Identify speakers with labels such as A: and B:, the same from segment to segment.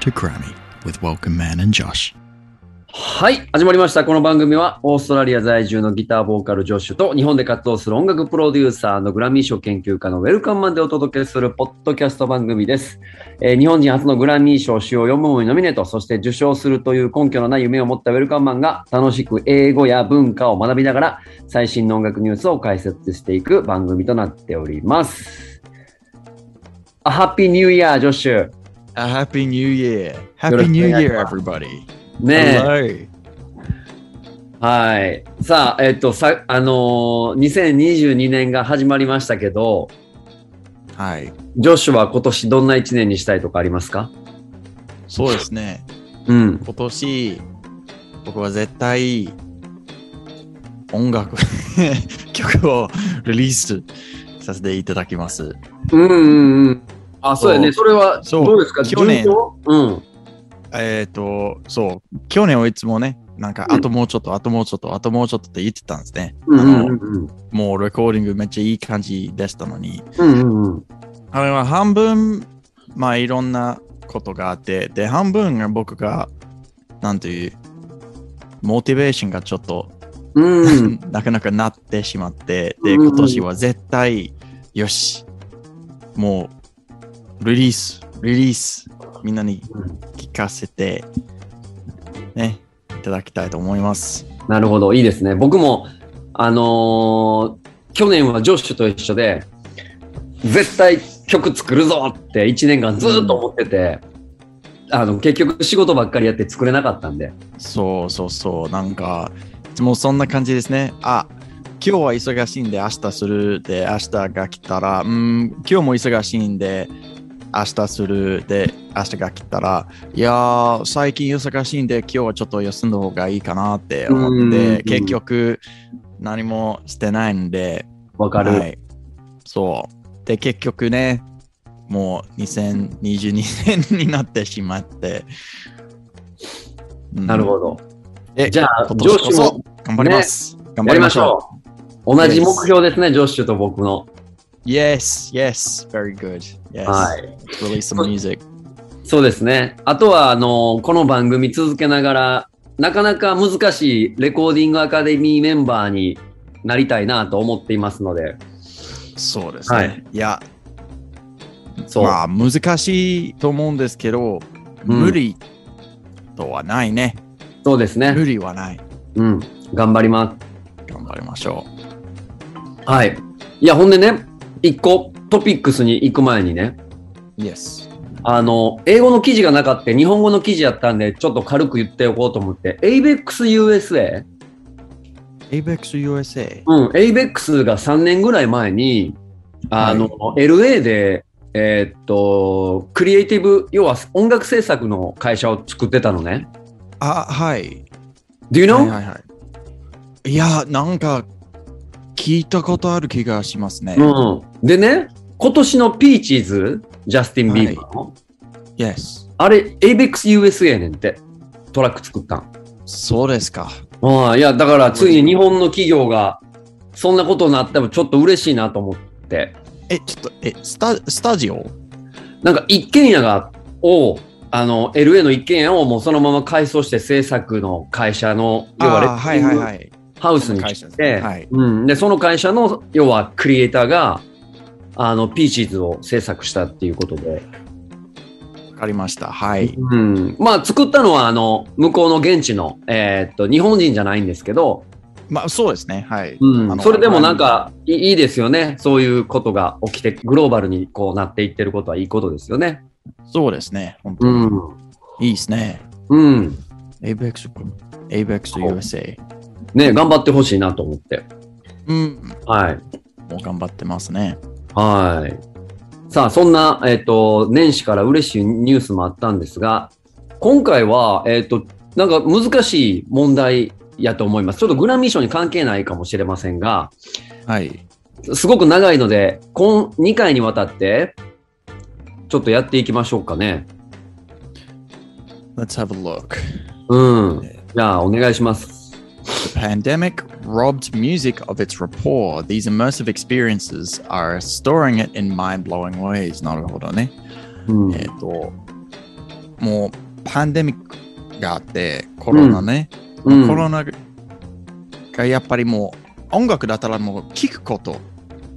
A: to Grammy with Welcome Man and Josh.
B: はい、始まりました。この番組は、オーストラリア在住のギターボーカルジョッシュと、日本で活動する音楽プロデューサーのグラミー賞研究家のウェルカムマンでお届けするポッドキャスト番組です。えー日本人初のグラミー賞主要4部門にノミネート、そして受賞するという根拠のない夢を持ったウェルカムマンが、楽しく英語や文化を学びながら、最新の音楽ニュースを解説していく番組となっております。あハッピーニューイヤー、ジョッシュ。
A: A happy new year.
B: Good
A: Happy
B: afternoon,
A: new year,
B: everyone.
A: everybody.
B: ねえ。
A: Hello.
B: はい。さあ、えっと、さ、あのー2022年が始まりましたけど、
A: はい。
B: ジョッシュは今年どんな1年にしたいとかありますか
A: そうですね。
B: うん。
A: 今年、僕は絶対、音楽、 曲をリリースさせていただきます。
B: うんうんうん。あ、そうやね。そ
A: そ
B: れは、
A: そう
B: どうですか
A: 去年
B: 順調うん。
A: えっ、と、そう、去年はいつもね、なんか、
B: うん
A: あともうちょっと、あともうちょっと、あともうちょっとって言ってたんですね。
B: うんう
A: あ
B: ん
A: の
B: うん
A: もうレコーディングめっちゃいい感じでしたのに、
B: うん。うんうんうん。
A: あれは半分、まあいろんなことがあって、で、半分が僕が、なんていう、モチベーションがちょっと、
B: うん。
A: なかなかなってしまって、で、
B: うんうん
A: 今年は絶対、よし、もう、リリース、リリース、みんなに聞かせて、ね、いただきたいと思います。
B: なるほど。いいですね。僕も、あのー去年はジョッシュと一緒で、絶対曲作るぞって1年間ずっと思ってて、あの、結局仕事ばっかりやって作れなかったんで。
A: そうそうそう、なんか、いつもそんな感じですね。あ、今日は忙しいんで明日するで、明日が来たら、うん、今日も忙しいんで、明日するで、明日が来たら、いやー、最近忙しいんで、今日はちょっと休んだ方がいいかなって思っ
B: うん
A: て、結局、何もしてないんで、
B: わかる、
A: はい。そう。で、結局ね、もう2022年になってしまって。
B: なる
A: ど。
B: ほど。
A: え
B: じゃあ、
A: 今
B: ジョ
A: 年
B: ッシ
A: こ
B: ュ
A: そ
B: も
A: 頑張ります。頑
B: や
A: 張
B: り
A: り
B: ま
A: ま
B: し
A: しょ
B: ょう。同じ目標ですね、ジョッシュと僕の。
A: う。Yes, yes, very good. Yes.
B: はい。
A: Let's Release some music.
B: そうですね。あとは、あの、この番組続けながら、なかなか難しいレコーディングアカデミーメンバーになりたいなと思っていますので、
A: そうですね。、
B: はい
A: や、
B: そう。
A: まあ難しいと思うんですけど、
B: うん
A: 無理とはないね。
B: そうです
A: 無
B: ね。
A: 理はない。
B: うん。頑張ります。
A: 頑張りましょ
B: はい。いや、ほんでね、一個トピックスに行く前にね、
A: う。Yes.
B: あの、英語の記事がなかった、日本語の記事やったんで、ちょっと軽く言っておこうと思って、ABEX USA?
A: Apex USA。
B: うん、ABEX が3年ぐらい前に、あの、LA で、えーっと、クリエイティブ、要は音楽制作の会社を作ってたのね。
A: あ、はい。
B: Do you know?、
A: はいはいはい。いや、なんか、聞いたことある気がしますね。
B: うん。でね、今年のピーチーズ、ジャスティン・ビーバーの、
A: Yes。
B: あれ、ABEX USA ねんって、トラック作ったん。
A: そうですか。
B: ああ、いや、だからついに日本の企業が、そんなことになってもちょっと嬉しいなと思って。
A: え、ちょっと、え、スタスタジオ
B: なんか一軒家が、を、あの、LA の一軒家をもうそのまま改装して制作の会社の、要はレ、
A: あーはいはいはいい。
B: ハウスに
A: 会
B: 来
A: 社です
B: て、
A: ねはい
B: うん、で、その会社の、要はクリエイターが、あの、ピーチーズを制作したっていうことで、
A: わかりました。はい。
B: うん、まあ作ったのは、あの、向こうの現地の、えーっと、日本人じゃないんですけど、
A: まあ、そうですね。はい。
B: う
A: あ
B: ん、
A: の
B: それでもなんかいいいいですよね。そういうことが起きて、グローバルにこうなっていってることはいいことですよね。
A: そうですね。本当
B: う
A: に、
B: ん。
A: いいですね。
B: うん。
A: Apex,
B: Oh。
A: Apex USA。
B: ね、頑張ってほしいなと思って。
A: うん。
B: はい。
A: もう頑張ってますね。
B: はい。さあ、そんな、えっ、と、年始から嬉しいニュースもあったんですが、今回は、えっ、と、なんか難しい問題やと思います。ちょっとグラミー賞に関係ないかもしれませんが、
A: はい。
B: すごく長いので、今、2回にわたって、ちょっとやっていきましょうかね。
A: Let's have a look.
B: うん。じゃあ、お願いします。
A: The pandemic robbed music of its rapport. These immersive experiences are storing it in mind blowing ways. なるほどね。
B: うん
A: えっ、と、もうパンデミックがあって、コロナね。
B: うん
A: コロナがやっぱりもう音楽だったらもう聴くこと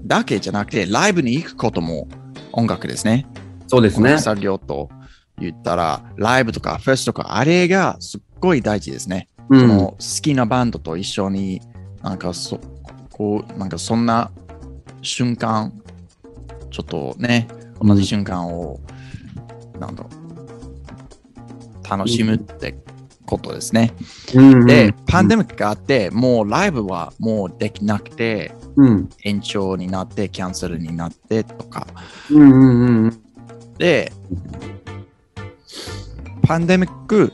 A: だけじゃなくて、ライブに行くことも音楽ですね。
B: そうです
A: こ
B: ね
A: の。作業と言ったら、ライブとかフェスとか、あれがすっごい大事ですね。
B: う
A: そ
B: ん
A: の好きなバンドと一緒になんかそこうなんかそんな瞬間ちょっとね同じ瞬間を、なんだろう楽しむってことですね、
B: うん
A: で、パンデミックがあってもうライブはもうできなくて
B: うん
A: 延長になってキャンセルになってとか
B: うんうんうんうん
A: で、パンデミック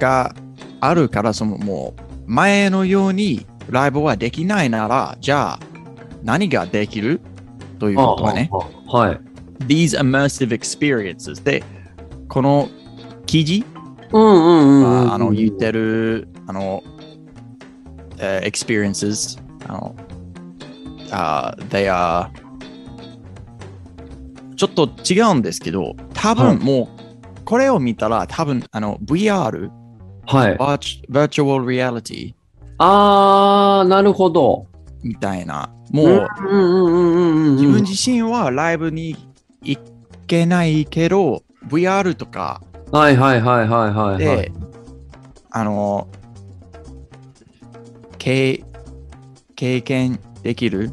A: があるから、そのもう前のようにライブはできないなら、じゃあ何ができるということはね、
B: ああああはい。
A: These immersive experiences で、この記事
B: うんうんうんうんうん。
A: あの言ってるあの、えー experiences あの、あー they are ちょっと違うんですけど多
B: はい
A: 分もうこれを見たら多分あの VR
B: はい。
A: バーチ virtual reality
B: あー、なるほど。
A: みたいなもう
B: うんうんうんうんうんうん。
A: 自分自身はライブに行けないけど VR とか
B: はいはいはいはいはい
A: で、
B: はい。
A: あの経経験できる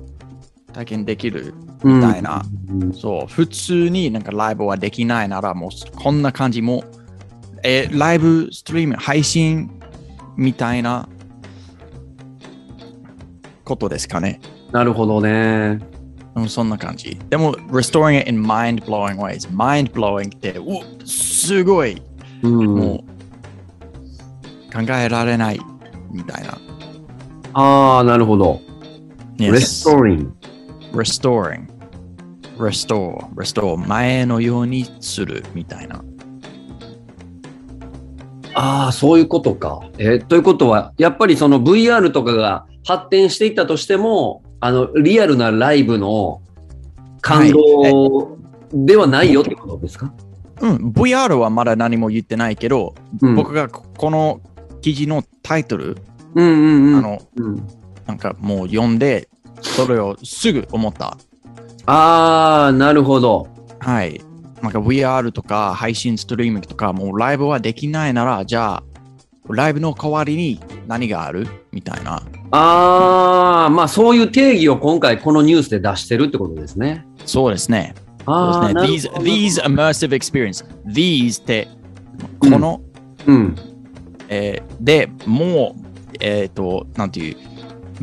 A: 体験できる
B: み
A: たいな。
B: うん
A: そう普通になんかライブはできないならもうこんな感じもえライブストリーム配信みたいなことですかね
B: なるほどね。
A: うんそんな感じでも restoring it in mind blowing ways mind blowing っておすごい
B: うん。
A: もう考えられないみたいな。
B: あー、なるほど。レストリン。
A: restoring。restore。restore。前のようにするみたいな。
B: ああ、そういうことか。えーということは、やっぱりその VR とかが発展していったとしても、あの、リアルなライブの感動ではないよってことですか、
A: うん、VR はまだ何も言ってないけど、
B: うん、
A: 僕がここの記事のタイトル、
B: うんうんうん。
A: あの、
B: うん
A: なんかもう読んで、それをすぐ思った。
B: ああ、なるほど。
A: はい。なんか VR とか配信ストリーミングとか、もうライブはできないなら、じゃあ、ライブの代わりに何があるみたいな。
B: ああ、まあそういう定義を今回このニュースで出してるってことですね。
A: そうですね。
B: ああ、なる
A: そうですね。
B: ほ
A: These,
B: ど
A: these immersive experience. These って、
B: う
A: こ
B: ん
A: の、
B: うん。
A: えーで、もう、えっ、と、なんていう、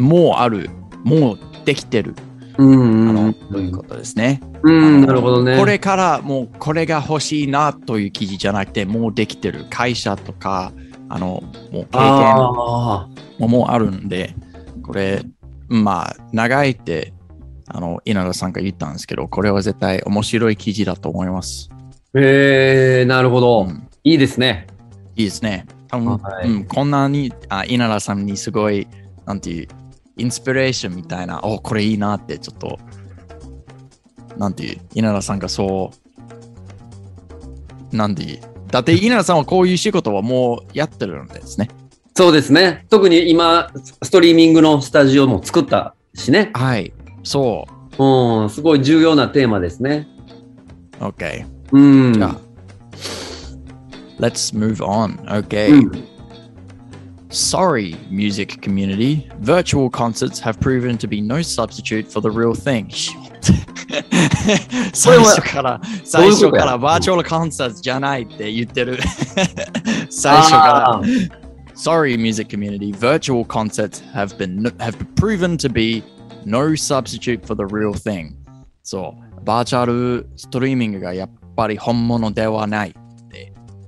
A: もうある、もうできてる、
B: うん
A: あ
B: うんう
A: の、
B: ん。
A: ということですね。
B: うん、
A: あの
B: なるほどね。
A: これからもうこれが欲しいなという記事じゃなくて、もうできてる会社とか、あの、もう経験
B: ああ、
A: ももうあるんで、これ、まあ、長いって、あの、稲田さんが言ったんですけど、これは絶対面白い記事だと思います。
B: ええー、なるほど、
A: うん
B: いいですね。
A: いいですね。多分、
B: はい
A: うん、こんなにあ稲田さんにすごい、なんていう、インスピレーションみたいな、おこれいいなって、ちょっと、なんていう、稲田さんがそう、なんていう、だって稲田さんはこういう仕事はもうやってるんですね。
B: そうですね。特に今、ストリーミングのスタジオも作ったしね。
A: はい、そ
B: うん、すごい重要なテーマですね。
A: う、OK。
B: うん。
A: じゃあ、Let's move on, okay.
B: うん
A: Sorry, music community. Virtual concerts have proven to be no substitute for the real thing. Shit. 最初から、最初からバーチャルコンサートじゃないって言って る。最初から。
B: あー
A: Sorry, music community. Virtual concerts have been have proven to be no substitute for the real thing. そう、バーチャルストリーミングがやっぱり本物ではない。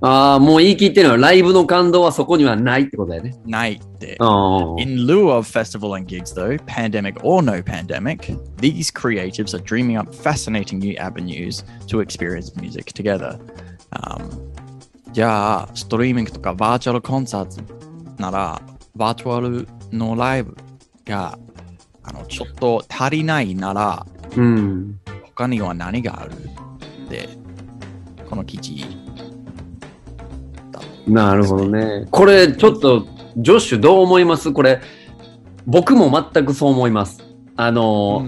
B: あー、もう言い切ってるのは、ライブの感動はそこにはないってことだよね。
A: ないって。
B: うん。
A: In lieu of festival and gigs, though, pandemic or no pandemic, these creatives are dreaming up fascinating new avenues to experience music together. Um, じゃあ、ストリーミングとかバーチャルコンサートなら、バーチャルのライブがあのちょっと足りないなら、
B: うん。
A: 他には何があるって、この記事
B: なるほどね。これ、ちょっと、ジョッシュどう思いますこれ、僕も全くそう思います。あの、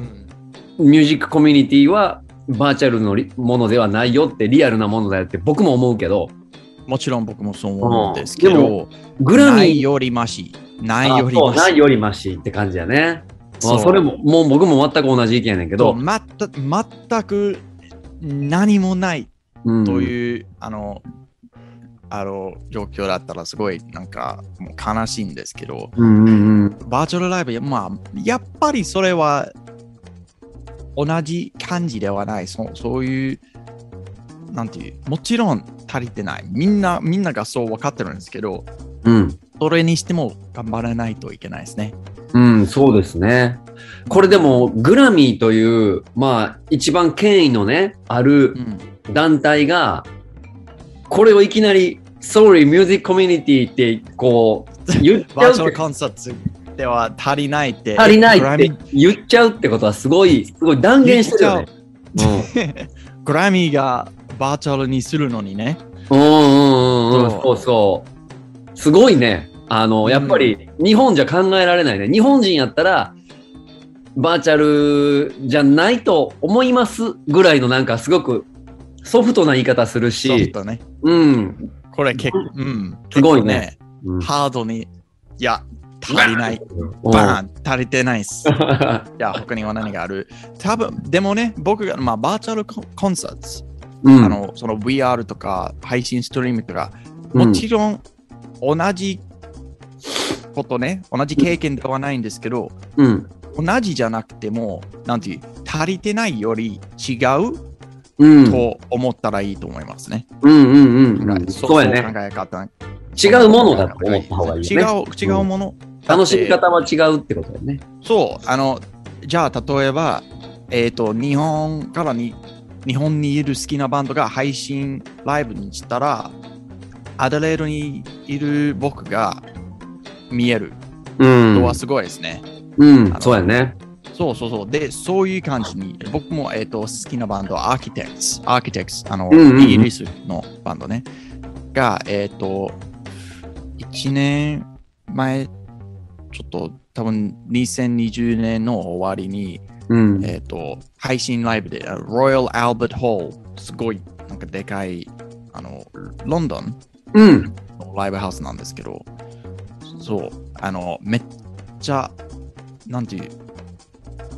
B: ミュージックコミュニティは、バーチャルのりものではないよって、リアルなものだよって僕も思うけど、
A: もちろん僕もそう思うんですけど、
B: グラ
A: な
B: ミ
A: い
B: ー
A: よりまし。ない
B: あ
A: より
B: そう
A: まし。
B: ないよりマシって感じやね。ま
A: う
B: あ、それも、もう僕も全く同じ意見やねんけ
A: と
B: ど、
A: また全く何もない
B: うん
A: という、あのあの状況だったらすごいなんかもう悲しいんですけど
B: うんうんうん。
A: バーチャルライブまあやっぱりそれは同じ感じではないそそういうなんていうもちろん足りてないみんなみんながそう分かってるんですけど
B: うん
A: それにしても頑張らないといけないですね
B: うん、そうですね。これでも、グラミーという、まあ、一番権威のね、あ
A: う
B: る
A: ん
B: 団体が、これをいきなり、Sorry, Music Community って、こう、言っち
A: バ
B: ゃ
A: ー
B: う
A: チャル
B: って。
A: コンサートでは足りないって
B: 足りな
A: グラ
B: い
A: ミ
B: って言っちゃうってことはすごい、すごい断言してるよね。
A: グラミーがバーチャルにするのにね。
B: うんうんうんうん、
A: そう
B: そうそう。すごいね。あの、やっぱり、日本じゃ考えられないね。日本人やったら、バーチャルじゃないと思いますぐらいのなんかすごくソフトな言い方する
A: ちょっ
B: し、
A: とね。
B: うん。
A: これ結構、うん。
B: すごいね
A: 結構ねハードに、いや、足りない。
B: うん
A: バーン足りてないっす。いや、他には何がある多分、でもね、僕が、まあ、バーチャルココンサート、
B: うん
A: あの、その VR とか、配信ストリームとか、
B: うん
A: もちろん、同じことね、同じ経験ではないんですけど、
B: うん。
A: 同じじゃなくても、なんていう、足りてないより違う
B: うん。
A: と思ったらいいと思いますね。
B: うんうんうん
A: は
B: う
A: い
B: ん。そうや
A: 考
B: ね。
A: え方。
B: 違うものだと思った方がいいよね。
A: 違う、違うもの。
B: 楽しみ方は違うってことだよね。
A: そう、あの、じゃあ例えば、えっ、と、日本からに、日本にいる好きなバンドが配信ライブにしたら、アドレードにいる僕が見える
B: う
A: の
B: ん
A: は。すごいですね。
B: うん。そうやね。
A: そうそうそう。で、そういう感じに、僕も、えー、と好きなバンド、アーキテクツ、アーキテクツ、あの、
B: うんうんうん
A: イギリスのバンドね、が、えっ、と、1年前、ちょっと多分2020年の終わりに、
B: うん。
A: えっ、と、配信ライブで、あの Royal Albert Hall、すごい、なんかでかい、あの、ロンドン
B: うん。
A: ライブハウスなんですけど、そう、あの、めっちゃ、なんていう、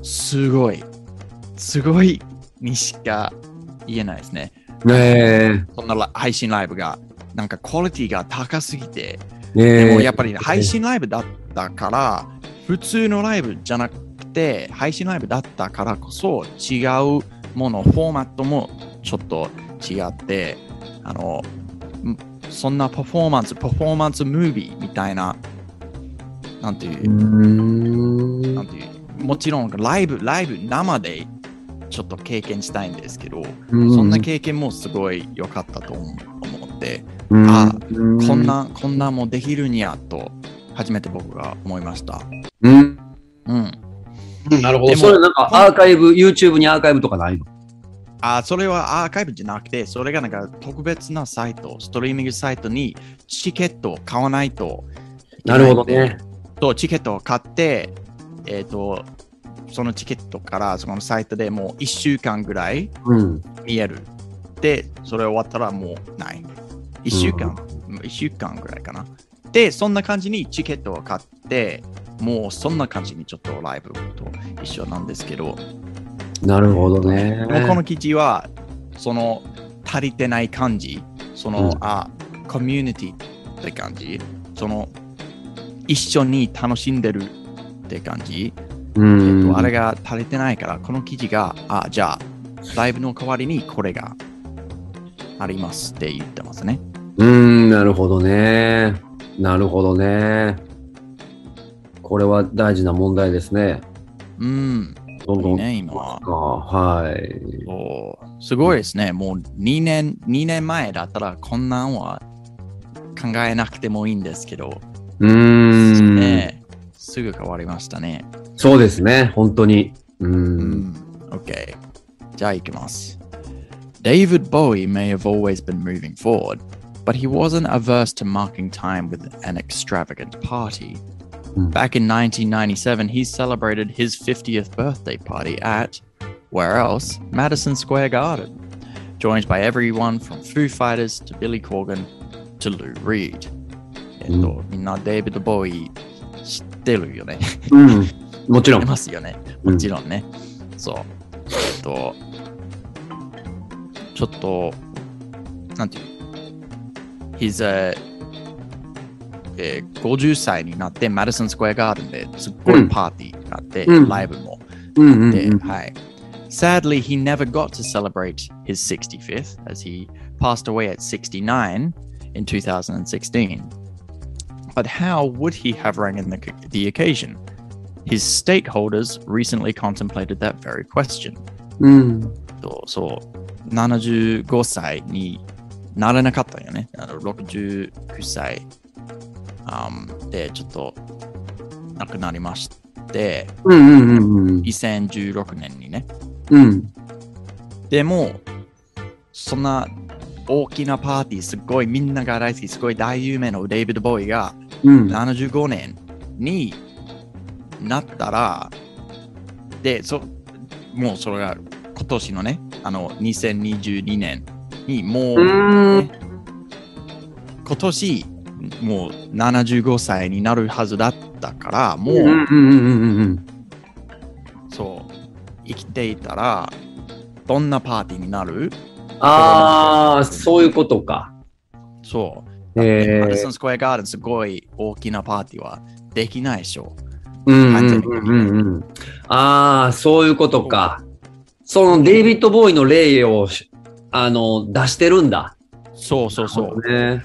A: すごい、すごいにしか言えないですね。
B: ね
A: そんなら配信ライブが、なんかクオリティが高すぎて、
B: え。ねえ。
A: でもやっぱり配信ライブだったから、普通のライブじゃなくて、配信ライブだったからこそ、違うもの、フォーマットもちょっと違って、あの、んそんなパフォーマンス、パフォーマンスムービーみたいな、なんていう
B: う、ー
A: なん
B: ん
A: ていう、もちろんライブ、ライブ生でちょっと経験したいんですけど、そんな経験もすごい良かったと思思って、あこん、な、こんなもできるにゃと、初めて僕が思いました。
B: うんうん
A: うん。
B: うんなるほ
A: で
B: ど。
A: も
B: それなんかアーカイブ、YouTube にアーカイブとかないの
A: あ、それはアーカイブじゃなくて、それがなんか特別なサイト、ストリーミングサイトにチケットを買わないといけ
B: ないる
A: んで
B: ほどね。。
A: と、チケットを買って、えっ、と、そのチケットからそのサイトでもう1週間ぐらい
B: うん。
A: 見える。で、それ終わったらもうない。1週間、1週間ぐらいかな。で、そんな感じにチケットを買って、もうそんな感じにちょっとライブと一緒なんですけど、
B: なるほどね。
A: でもこの記事は、その足りてない感じ、その、
B: うん
A: あ、コミュニティって感じ、その一緒に楽しんでるって感じ、
B: うん
A: えっと、あれが足りてないから、この記事が、あ、じゃあ、ライブの代わりにこれがありますって言ってますね。
B: うん、なるほどね。なるほどね。これは大事な問題ですね。
A: うん、
B: どんどん。
A: ね、今は。
B: あはい。
A: そうすごいですね。もう2年、2年前だったら、こんなんは考えなくてもいいんですけど、
B: うーん、
A: ねえ、すぐ変わりましたね。
B: そうですね、本当に。う。
A: うんん。OK。じゃあ行きます。David Bowie may have always been moving forward, but he wasn't averse to marking time with an extravagant party.
B: Mm.
A: Back in 1997, he celebrated his 50th birthday party at, where else, Madison Square Garden, joined by everyone from Foo Fighters to Billy Corgan to Lou Reed. えっと、みんなデイビッド・ボーイ知ってるよね。
B: うん。もちろ
A: 出
B: ん。
A: ますよね。
B: うん
A: もちろんね。そう。えっと、ちょっと、なんていう He's a えー50歳になって、マディソンスクエアガーデンですっご
B: う
A: い
B: ん
A: パーティーになって、
B: うん
A: ライブも
B: うんうん
A: で、
B: うん。
A: はい。Sadly, he never got to celebrate his 65th as he passed away at 69 in 2016. But how would he have rang the, the occasion? His stakeholders recently contemplated that very question.
B: うん。
A: とそう75歳になれなかったんよね。あの69歳、あんでちょっと亡くなりまして、
B: うんうんうんうん。
A: 2016年にね。
B: うん。
A: でも、そんな大きなパーティー、すごいみんなが大好き、すごい大有名のデイビッド・ボーイが
B: うん。
A: 75年になったら、で、そもうそれが今年のね、あの2022年にもう、
B: うん
A: ね今年もう75歳になるはずだったから、もう、
B: うんうんうんうんうん。
A: そう、生きていたら、どんなパーティーになる
B: ああ、そういうことか。
A: そう。
B: え
A: マディ
B: え
A: ソンスクエアガーデンすごい大きなパーティーはできないでしょ。
B: うん
A: 完全に
B: うんうんうん。ああ、そういうことか。そのデイビッド・ボーイの例をしあの出してるんだ。
A: そうそうそう。
B: ね。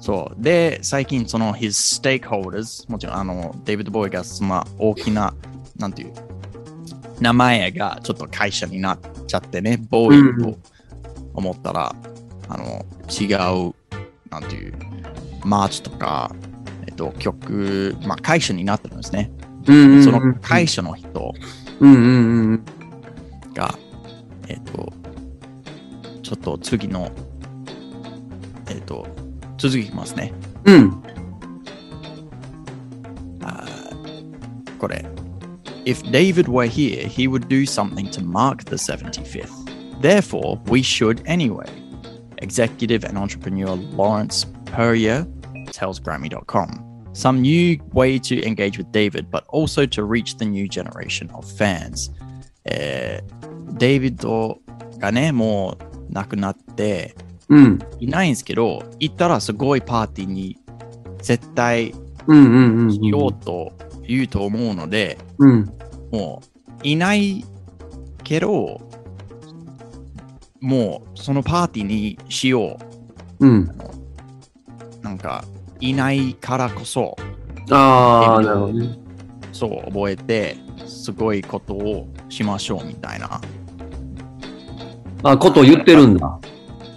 A: そうで、最近その his stakeholders、もちろんあのデイビッド・ボーイがそんな大きな、なんていう、名前がちょっと会社になっちゃってね、ボーイと思ったら、あの違う、なんていう、マーチとか、えっと、曲、まあ会社になってるんですね。
B: うんうん
A: その会社の人、
B: うんうんうん。
A: が、えっ、と、ちょっと次の、えっ、と、続きますね。
B: うん。
A: あーこれ。If David were here, he would do something to mark the 75th. Therefore, we should anyway. Executive and entrepreneur Lawrence Perrier tells Grammy.com. Some new way to engage with David, but also to reach the new generation of fans. Uh, えー、デイビッドがね、もう亡くなって、
B: うん。
A: いないんですけど、行ったらすごいパーティーに絶対
B: うんうんうんうん。
A: しようと言うと思うので、
B: うん。
A: もういないけど、もうそのパーティーにしよ
B: うん。
A: う。なんか、いないからこそ、
B: ああ、なるほどね。
A: そう覚えて、すごいことをしましょうみたいな。
B: あ、ことを言ってるんだ。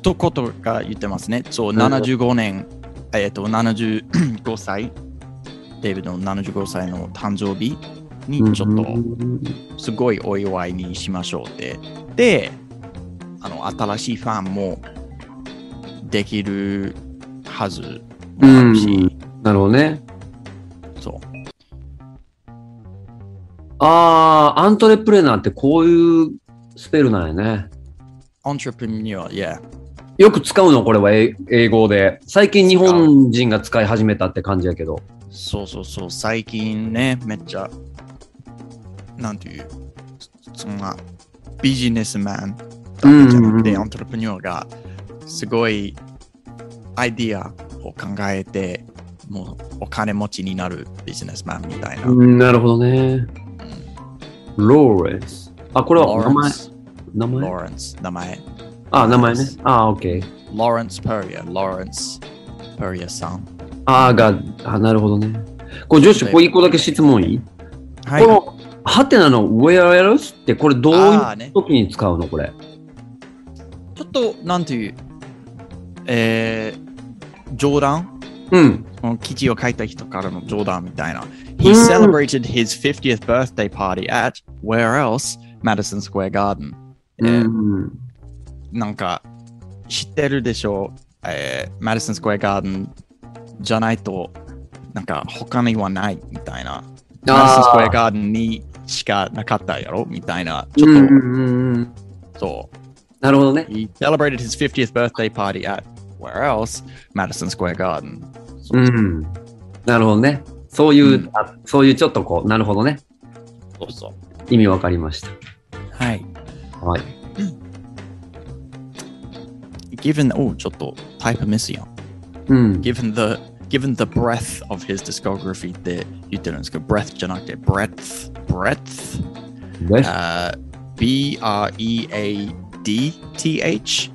A: とことが言ってますね。そう、
B: うん
A: 75年、えっ、と、75歳、デイビッドの75歳の誕生日にちょっと、すごいお祝いにしましょうって。で、あの、新しいファンもできるはずもあるし、
B: なるほどね。
A: そう。
B: ああ、アントレプレナーってこういうスペルなんやね。
A: entrepreneur, yeah.
B: よく使うのこれはえ英語で。最近日本人が使い始めたって感じやけど。
A: そうそうそう、最近ね、めっちゃ、なんていう、そんなビジネスマンだけじゃなく
B: うんうん
A: て、
B: う
A: アントレプニュアがすごいアイディアを考えて、もうお金持ちになるビジネスマンみたいな。
B: うんなるほどね。ローレンス。あ、これは名前。名前
A: Lawrence 名前。
B: あ、名前ね。あ、オッケー。
A: Lawrence Perrier。Lawrence Perrier さん。
B: あーが、あ、なるほどね。これ、女子、これ一個だけ質問いい、
A: はい。
B: この、ハテナの Where else? って、これどう
A: あー
B: い
A: ね
B: う時に使うのこれ。
A: Ah, ちょっと、なんていう、えー、冗談
B: うん。
A: この記事を書いた人からの冗談みたいな。He celebrated his 50th birthday party at where else? Madison
B: Hmm.
A: Eh, Square Garden。えー
B: うん
A: なんか、知ってるでしょうえー、マディソン・スクエア・ガーデンじゃないと、なんか他にはないみたいな。マディソン・スクエア・ガーデンにしかなかったやろみたいな。ち
B: うん
A: ょっ
B: うんうんうん。
A: と、そう。
B: なるほどね。。
A: He celebrated his 50th birthday party at where else? Madison Square Garden. そううん
B: なるほどね。そういう、
A: うん
B: あそういうちょっとこう、なるほどね。
A: そうそう。
B: 意味わかりました。
A: はい。
B: はい。
A: Given, おうちょっとタイプミスやん。
B: うん。
A: Given the, given the breadth of his discography って言ってるんですけど、breadth じゃなくて breadth, breadth, Uh,
B: です
A: あー E B-R-E-A-D-T-H、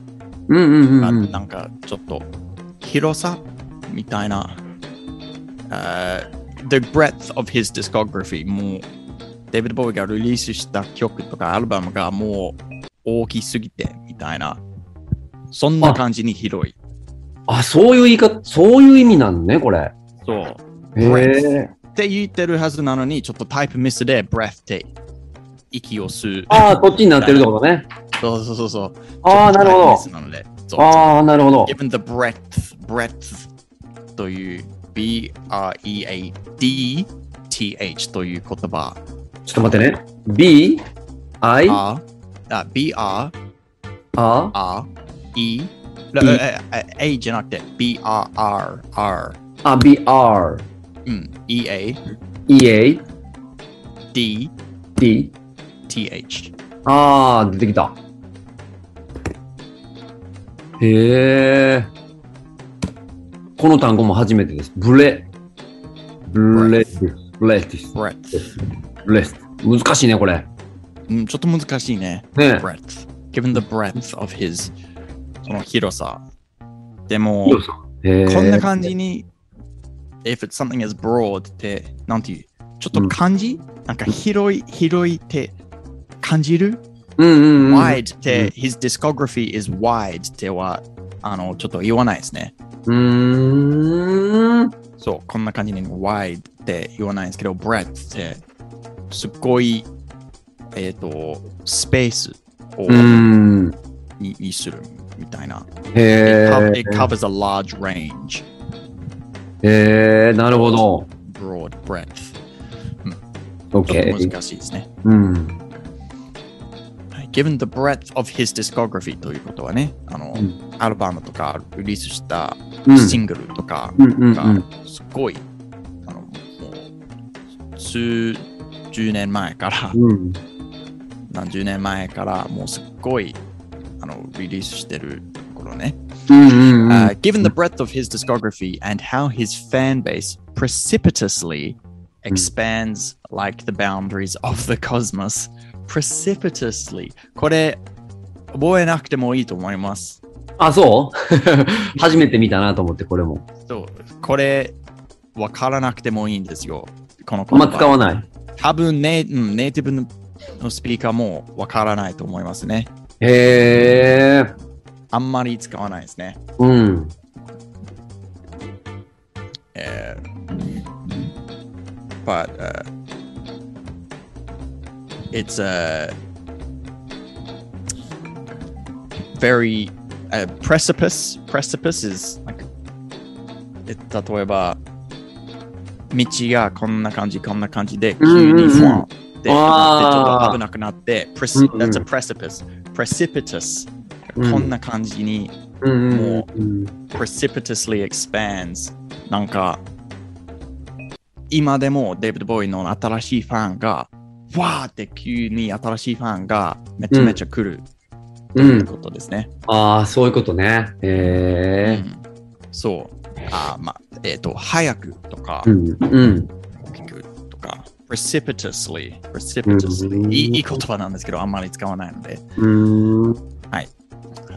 B: うんうん
A: あ
B: うん。
A: なんかちょっと広さみたいな。あー the breadth of his discography もうデビッド・ボーイがリリースした曲とかアルバムがもう大きすぎてみたいな。そんな感じに広い。
B: あ、そういう言い方、そういう意味なんね、これ。
A: そう。
B: へえ。
A: って言ってるはずなのに、ちょっとタイプミスで breath って息を吸う。
B: ああ、こっちになってるってことね。
A: そうそうそうそう。
B: ああ、なる
A: タ
B: ほ
A: イ
B: ど
A: プミ。スなので。そう
B: ああ、なるほど。
A: given the breadth, breadth という E B-R-E-A-D-T-H という言葉。
B: ちょっと待ってね。B、I、R、
A: ああ B-R-R-E
B: あ
A: E,
B: B
A: えええ uh, A じゃなくて B-R-R-R
B: B、R、
A: うん
B: E、A、
A: E-A-D-T-H
B: D。ああ、出てきた。へえ。この単語も初めてです。ブレ。ブレス。ブレス。
A: breadth
B: ブレス。難しいね、これ。
A: うんちょっと難しいね
B: ね
A: breadth given the breadth of his その広さでも
B: え。よいしょへえ
A: こんな感じに、if it's something is broad って、なんていう、ちょっと感じ、なんか広い、広いって感じる、
B: うんうんうん。
A: ?wide って、
B: うん
A: his discography is wide っては、あの、ちょっと言わないですね。
B: うーん。
A: そう、こんな感じに wide って言わないんですけど、breadth って、すっごい、えっ、と、スペースを、
B: うん。
A: ににするみたいな。
B: へ
A: It co-
B: え
A: it。covers a large range,
B: へえ、なるほど。
A: broad breadth. ちょっ
B: OK
A: と。難しいですね。
B: うん。
A: はい Given the breadth of his discography ということはね、あの、
B: うん
A: アルバムとかリリースした
B: うん
A: シングルとか
B: うんうん
A: が
B: うん。
A: すごい、あの、もう数十年前から、
B: うん。
A: 何十年前からもうすっごいあのリリースしてるところね。
B: うんうんうん。
A: Uh, given
B: Mm.
A: the breadth of his discography and how his fan base precipitously
B: Mm.
A: expands like the boundaries of the cosmos. Precipitously. これ、覚えなくてもいいと思います。
B: あ、そう 初めて見たなと思って、これも。
A: そうこれ、わからなくてもいいんですよ。この
B: あん
A: 言
B: ま使
A: 葉。
B: わない。
A: 多分ネ,、うん、ネイティブのスピーカーもわからないと思いますね。
B: へえ。
A: あんまり使わないですね。
B: うん。
A: Uh, but uh, it's uh, a very a precipice. Precipice is like え例えば道がこんな感じこんな感じで
B: うん
A: 急
B: うんうん
A: にフォンででちょっ
B: あー
A: と危なくなって、プレ
B: うん
A: ス
B: うん
A: that's a precipice. Precipitous、
B: うん
A: こんな感じに
B: うんうん
A: も
B: うん。
A: precipitously expands なんか今でもデイビッド・ボーイの新しいファンがわーって急に新しいファンがめちゃめちゃ来ると
B: うん
A: いうことですね。
B: ああ、そういうことね。へえ。
A: うんそう。あーまあ、えっ、と、早くとか
B: う、ん。うん。
A: 大きくとか、precipitously、precipitously、
B: うん
A: いいいい言葉なんですけど、あんまり使わないので。
B: うーん。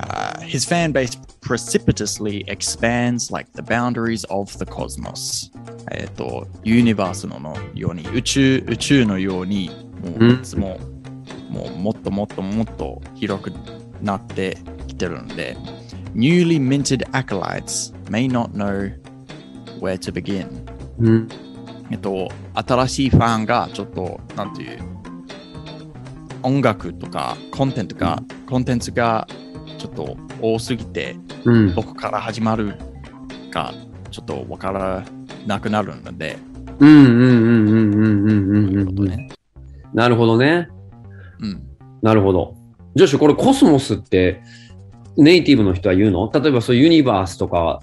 A: Uh, his fan base precipitously expands like the boundaries of the cosmos. えっと、ユニバースのように、宇宙、宇宙のように、も
B: う
A: うんいつも、もうもっともっともっと広くなってきてるんで、newly minted acolytes may not know where to begin.
B: うん。
A: えっと、新しいファンがちょっと、なんていう、音楽とかコンテンツが、コンテンツがちょっと多すぎて、
B: うん
A: どこから始まるかちょっとわからなくなるので、
B: うんうんうんうんうんうん
A: と
B: う
A: い
B: ん
A: うことね。
B: なるほどね。
A: うん。
B: なるほど。ジョシュ、これコスモスってネイティブの人は言うの例えばそういうユニバースとか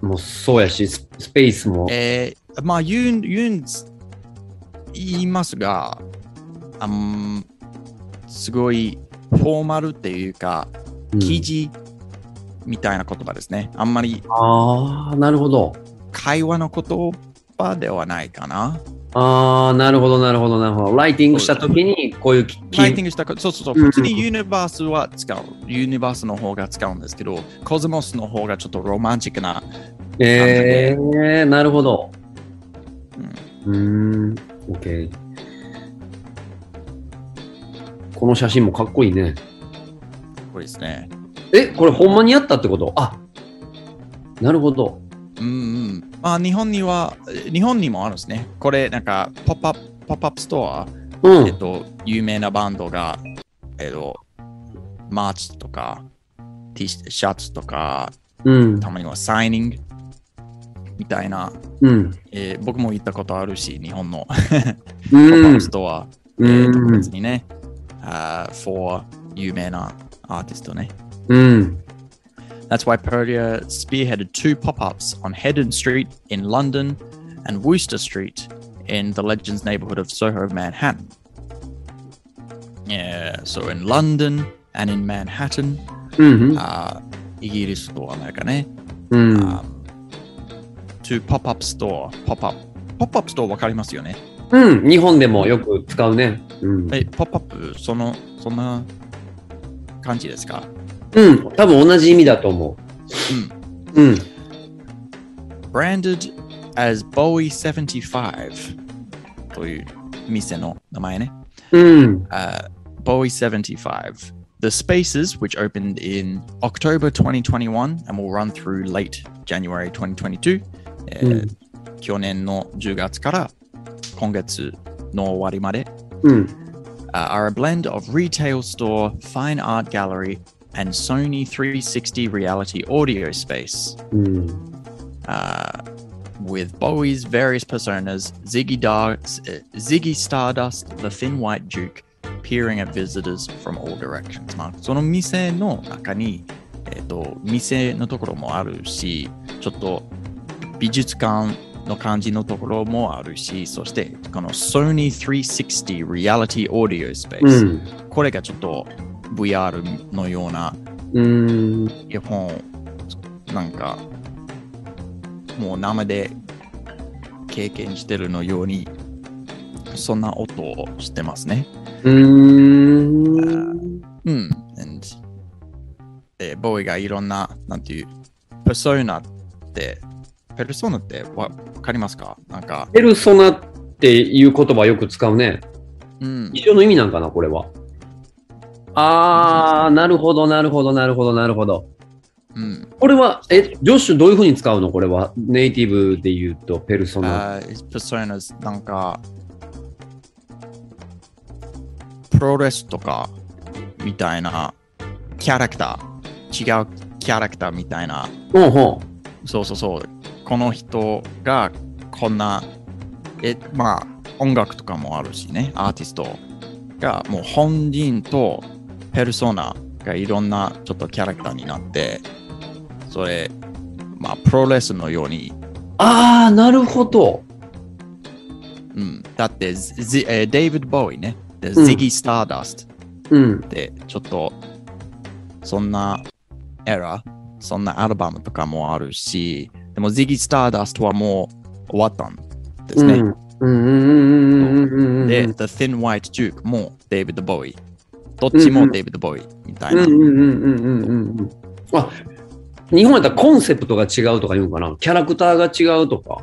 B: もそうやし、ススペースも。
A: えーまあ言うん、言うんす、言いますが、あんすごいフォーマルっていうか、
B: うん
A: 記事みたいな言葉ですね。あんまり
B: ああ、なるほど。
A: 会話の言葉ではないかな。
B: ああ、なるほど、なるほど、なるほど。ライティングしたときに、こういうき
A: ライティングしたこと、そうそうそう、
B: う
A: 普
B: ん
A: 通にユニバースは使う。ユニバースの方が使うんですけど、コズモスの方がちょっとロマンチックな、
B: ええなるほど。
A: うん
B: うーん、OK。この写真もかっこいいね。
A: これですね。
B: え、これほんまにやったってことあなるほど。
A: うんうん。まあ、日本には、え日本にもあるんですね。これ、なんか、ポップアップ、ポップアップストア、
B: うん。
A: えっと、有名なバンドが、えっと、マーチとか、T シャツとか、
B: うん
A: た。まにはサイニングみたいな、
B: うん。
A: えー僕も行ったことあるし、日本のポップア
B: う
A: ッ
B: ん
A: プ。ストア、
B: う
A: えー特
B: ん
A: 別。にね、あー Uh, for 有名なアーティストね。
B: うん。
A: That's why Perdia spearheaded two pop ups on Hedden Street in London and Wooster Street in the Legends neighborhood of Soho, Manhattan. Yeah, so in London and in Manhattan,
B: うん。
A: uh, イギリスとアメリカね、
B: うん。
A: um, to pop up store, pop up. ポップアップストアわかりますよね。
B: うん。日本でもよく使うね。うん。
A: え、ポップアップ、その、そんな感じですか
B: うん。多分同じ意味だと思う。うん。
A: branded as Bowie 75という店の名前ね。
B: うん。
A: Uh, Bowie 75. The Spaces, which opened in October 2021 and will run through late January Uh, 2022. えー去年の10月から今月の終わりまで、
B: うん。
A: uh, are a blend of retail store, fine art gallery, and Sony 360 reality audio space.
B: うん。
A: uh, with Bowie's various personas, Ziggy, Dar- uh, Ziggy Stardust, the Thin White Duke, peering at visitors from all directions. まあ、その店の中に、えっと店のところもあるし、ちょっと美術館の感じのところもあるし、そしてこの Sony 360 Reality Audio
B: う
A: Space、
B: ん。
A: これがちょっと VR のような
B: うん。
A: イヤホンなんかもう生で経験してるのようにそんな音をしてますね。
B: うん。
A: うん。And えーボーイがいろんな、なんていう、ペソーナって、ペルソーナってわわかりますかなんか、
B: ペルソナっていう言葉よく使うね。
A: うん。
B: 一緒の意味なんかな、これは。あー、なるほど、なるほど、なるほど、なるほど。
A: うん。
B: これは、え、ジョッシュどういうふうに使うのこれは。ネイティブで言うと、ペルソナ。
A: あー、ペソーナズ、なんか、プロレスとかみたいなキャラクター、違うキャラクターみたいな、
B: ほうほ
A: そうそうそう、この人がこんな、え、まあ、音楽とかもあるしね、アーティストが、もう本人とペルソナがいろんなちょっとキャラクターになって、それ、まあ、プロレスのように
B: う。あー、なるほど。
A: うん、だって、Z えーデイビッド・ボーイね、で、
B: うん
A: ゼギー・スターダスト
B: うん。
A: って、ちょっと、そんなエラー、そんなアルバムとかもあるし、でも、ゼギー・スターダストはもう終わったんです
B: う
A: ね。
B: んうんうんうんうんうんうん。
A: で、The Thin White Duke もデイビッド・ボーイ。どっち
B: うんう
A: も
B: ん
A: デイビッド・ボーイみたい
B: うん
A: な。
B: うんうんうんうんうんうん。あ、日本やったらコンセプトが違うとか言うんかな。キャラクターが違うとか。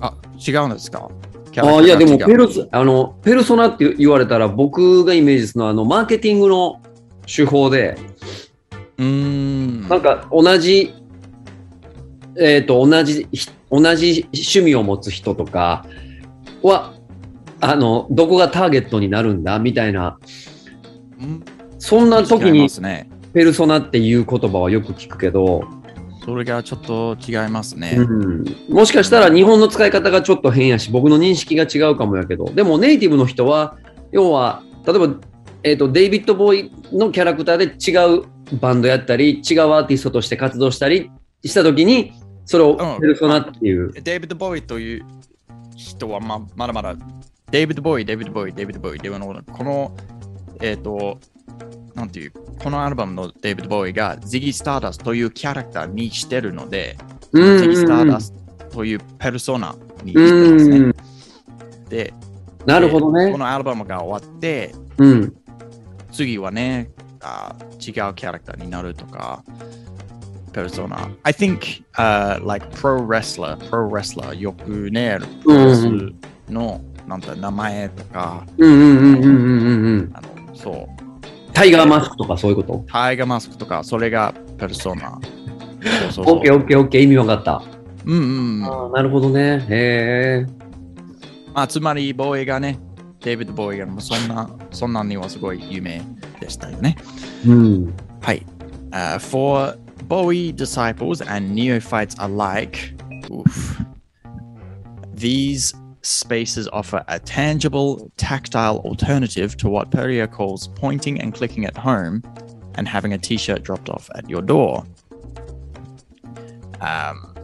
A: あ、違うんですかキャラクター
B: あ
A: が
B: あいやでも
A: 違う
B: ペルソあのペルソナって言われたら僕がイメージするのはあのマーケティングの手法で
A: うーん。
B: なんか同じえっ、と同じひ同じ趣味を持つ人とかはあのどこがターゲットになるんだみたいな
A: うん
B: そんな時
A: 違い
B: に
A: ますね。
B: ペルソナっていう言葉はよく聞くけど、
A: それがちょっと違いますね。
B: うん、もしかしたら日本の使い方がちょっと変やし僕の認識が違うかもやけどでもネイティブの人は要は例えば、えー、とデイビッド・ボーイのキャラクターで違うバンドやったり違うアーティストとして活動したりした時にそれを
A: うん
B: ペルソナっていう、
A: デイビッド・ボーイという人はままだまだデイビッド・ボーイ、デイビッド・ボーイ、デイビッド・ボーイ、デイビッド・ボーイ、この、えっ、と、なんていう、このアルバムのデイビッド・ボーイがジギー・スターダスというキャラクターにしてるので、
B: うんうんうん
A: ジギー・スターダスというペルソナにして
B: う
A: ますね。
B: ん
A: で、
B: なるほど
A: で
B: ね
A: こ、のアルバムが終わって、
B: うん、
A: 次はね、あ違うキャラクターになるとか、ペルソナ。I think,、like pro wrestler, pro wrestler よくね、プロレスのなんて名前とか、
B: うんうんうんうんうんうんうん
A: あのそう、
B: タイガーマスクとかそういうこと
A: タイガーマスクとか、それがペルソナ。そうそうそう。
B: オッケーオッケーオッケー意味わかった、
A: うんうんうん。
B: あーなるほどねへえ
A: まあ、つまり、ボーイがね、デイビッド・ボーイがもうそんな、そんなにはすごい有名でしたよね。
B: うん
A: はい。Uh, for Bowie disciples and neophytes alike, oof, these spaces offer a tangible, tactile alternative to what Perrier calls pointing and clicking at home and having a t shirt dropped off at your door. Um,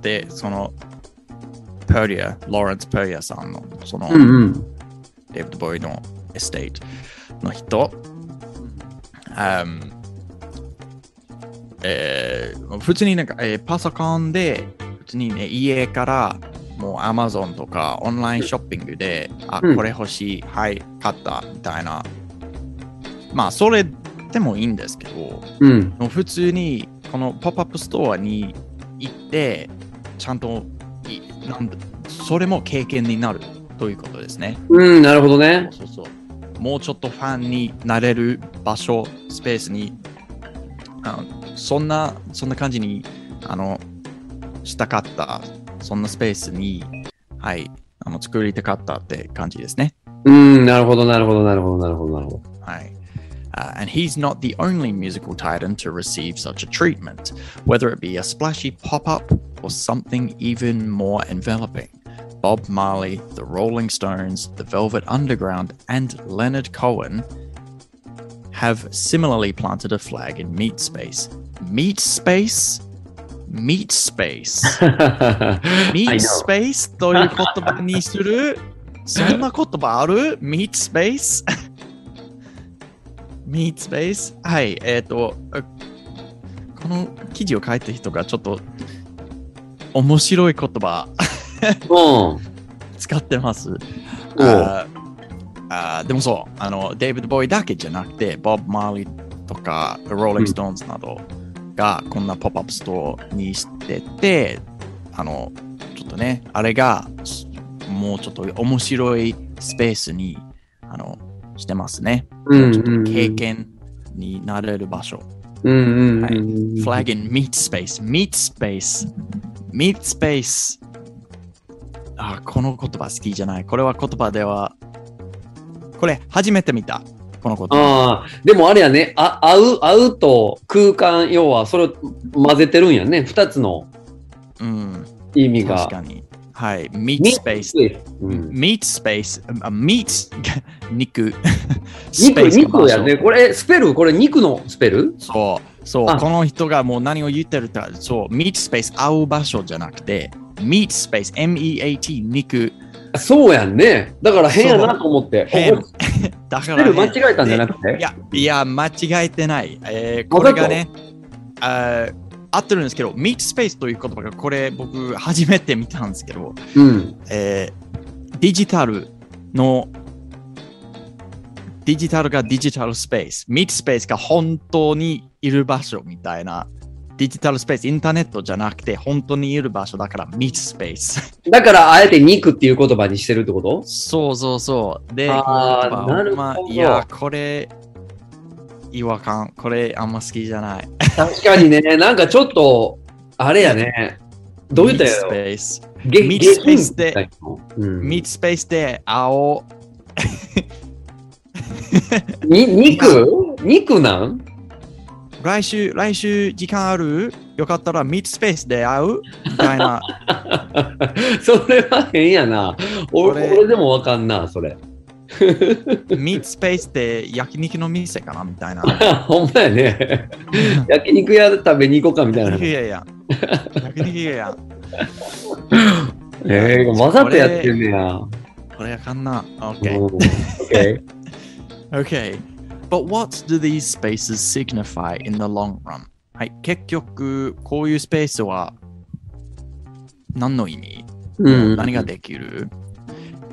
A: で、その、Perrier、ローレンス・ペリアさんの、その、
B: うんうん
A: デイビッド・ボーイのエステイトの人、um えー普通になんか、えーパソコンで普通に、ね、家からもう Amazon とかオンラインショッピングで、あ
B: うん
A: これ欲しい、はい買ったみたいなまあそれでもいいんですけど
B: うん
A: でも普通にこのポップアップストアに行ってちゃんといなんそれも経験になるということですね。
B: うん、なるほどね。
A: そうそうそう。もうちょっとファンになれる場所、スペースに、あのそんな、そんな感じに、あの、したかった、そんなスペースに、はい、あの作りたかったって感じですね。
B: うん、なるほど、なるほど、なるほど、なるほど、なるほど。
A: はい。Uh, and he's not the only musical titan to receive such a treatment, whether it be a splashy pop up or something even more enveloping. Bob Marley, the Rolling Stones, the Velvet Underground, and Leonard Cohen have similarly planted a flag in meat space. Meat space? Meat space. ミート
B: I know.
A: スペースという言葉にする そんな言葉あるミートスペース ミートスペースはい、えっ、と、あこの記事を書いた人がちょっと面白い言葉使ってます。
B: うん。おう
A: あーあーでもそうあの、デイビッド・ボーイだけじゃなくて、ボブ・マーリーとか、ローリング・ストーンズなどがこんなポップアップストアにしてて、あの、ちょっとね、あれがもうちょっと面白いスペースにあのしてますね。
B: うん
A: ちょっ
B: うんうん
A: と経験になれる場所。
B: うんうんうん。
A: はいフラグ and meat space, meat space, meat space. あ、この言葉好きじゃない。これは言葉では。これ、初めて見た。この言葉。
B: ああ、でもあれやね、あ合う、合うと空間、要はそれを混ぜてるんやね、二つの
A: うん。
B: 意味が
A: 確。かに。はい。meat
B: Meat
A: space.
B: うん、
A: meat space. あ meat 肉。
B: 肉、
A: space が
B: 肉やね。
A: 場所
B: これ、スペルこれ肉のスペル
A: そう。そう。
B: あ
A: この人がもう何を言ってるか。そう。meat space 合う場所じゃなくて。meat space. M-E-A-T 肉。
B: そうやんね。だから変やなと思って。
A: 変
B: おおス。
A: だか
B: ペ
A: ら、
B: ル
A: ね。
B: 間違えたんじゃなく
A: い
B: て
A: や、いや、間違えてない。えーこれがね、あー合ってるんですけど、ミートスペースという言葉がこれ僕初めて見たんですけど、
B: うん。
A: えーデジタルのデジタルがデジタルスペース、ミートスペースが本当にいる場所みたいな。デジタルスペース、インターネットじゃなくて本当にいる場所だからミートスペース。
B: だから、あえて肉っていう言葉にしてるってこと
A: そうそうそう。で、
B: あー
A: ま
B: なるほど
A: まあいや、これ、違和感。これあんま好きじゃない。
B: 確かにね、なんかちょっと、あれやね。どう言ったらいい
A: ミートス
B: の
A: ペース。
B: ゲ
A: ミー
B: ミ
A: ト
B: ツ
A: スペースで
B: うん、
A: ミートスペースで青。
B: に肉肉なん
A: 来週、来週時間あるよかったらミートスペースで会うみたい な。
B: それは変やな。
A: こ
B: 俺
A: れ
B: 俺でもわかんな、それ。
A: ミートスペースって焼肉の店かなみたいな。
B: ほんまやね。焼肉屋食べに行こうかみたいな
A: 焼肉。屋やん。焼肉屋やん。
B: えー、わざとやってんねや。
A: これあかんな。
B: うん
A: OK。
B: OK
A: OK。But what do these spaces signify in the long run? はい。結局、こういうスペースは何の意味
B: う ん
A: 何ができる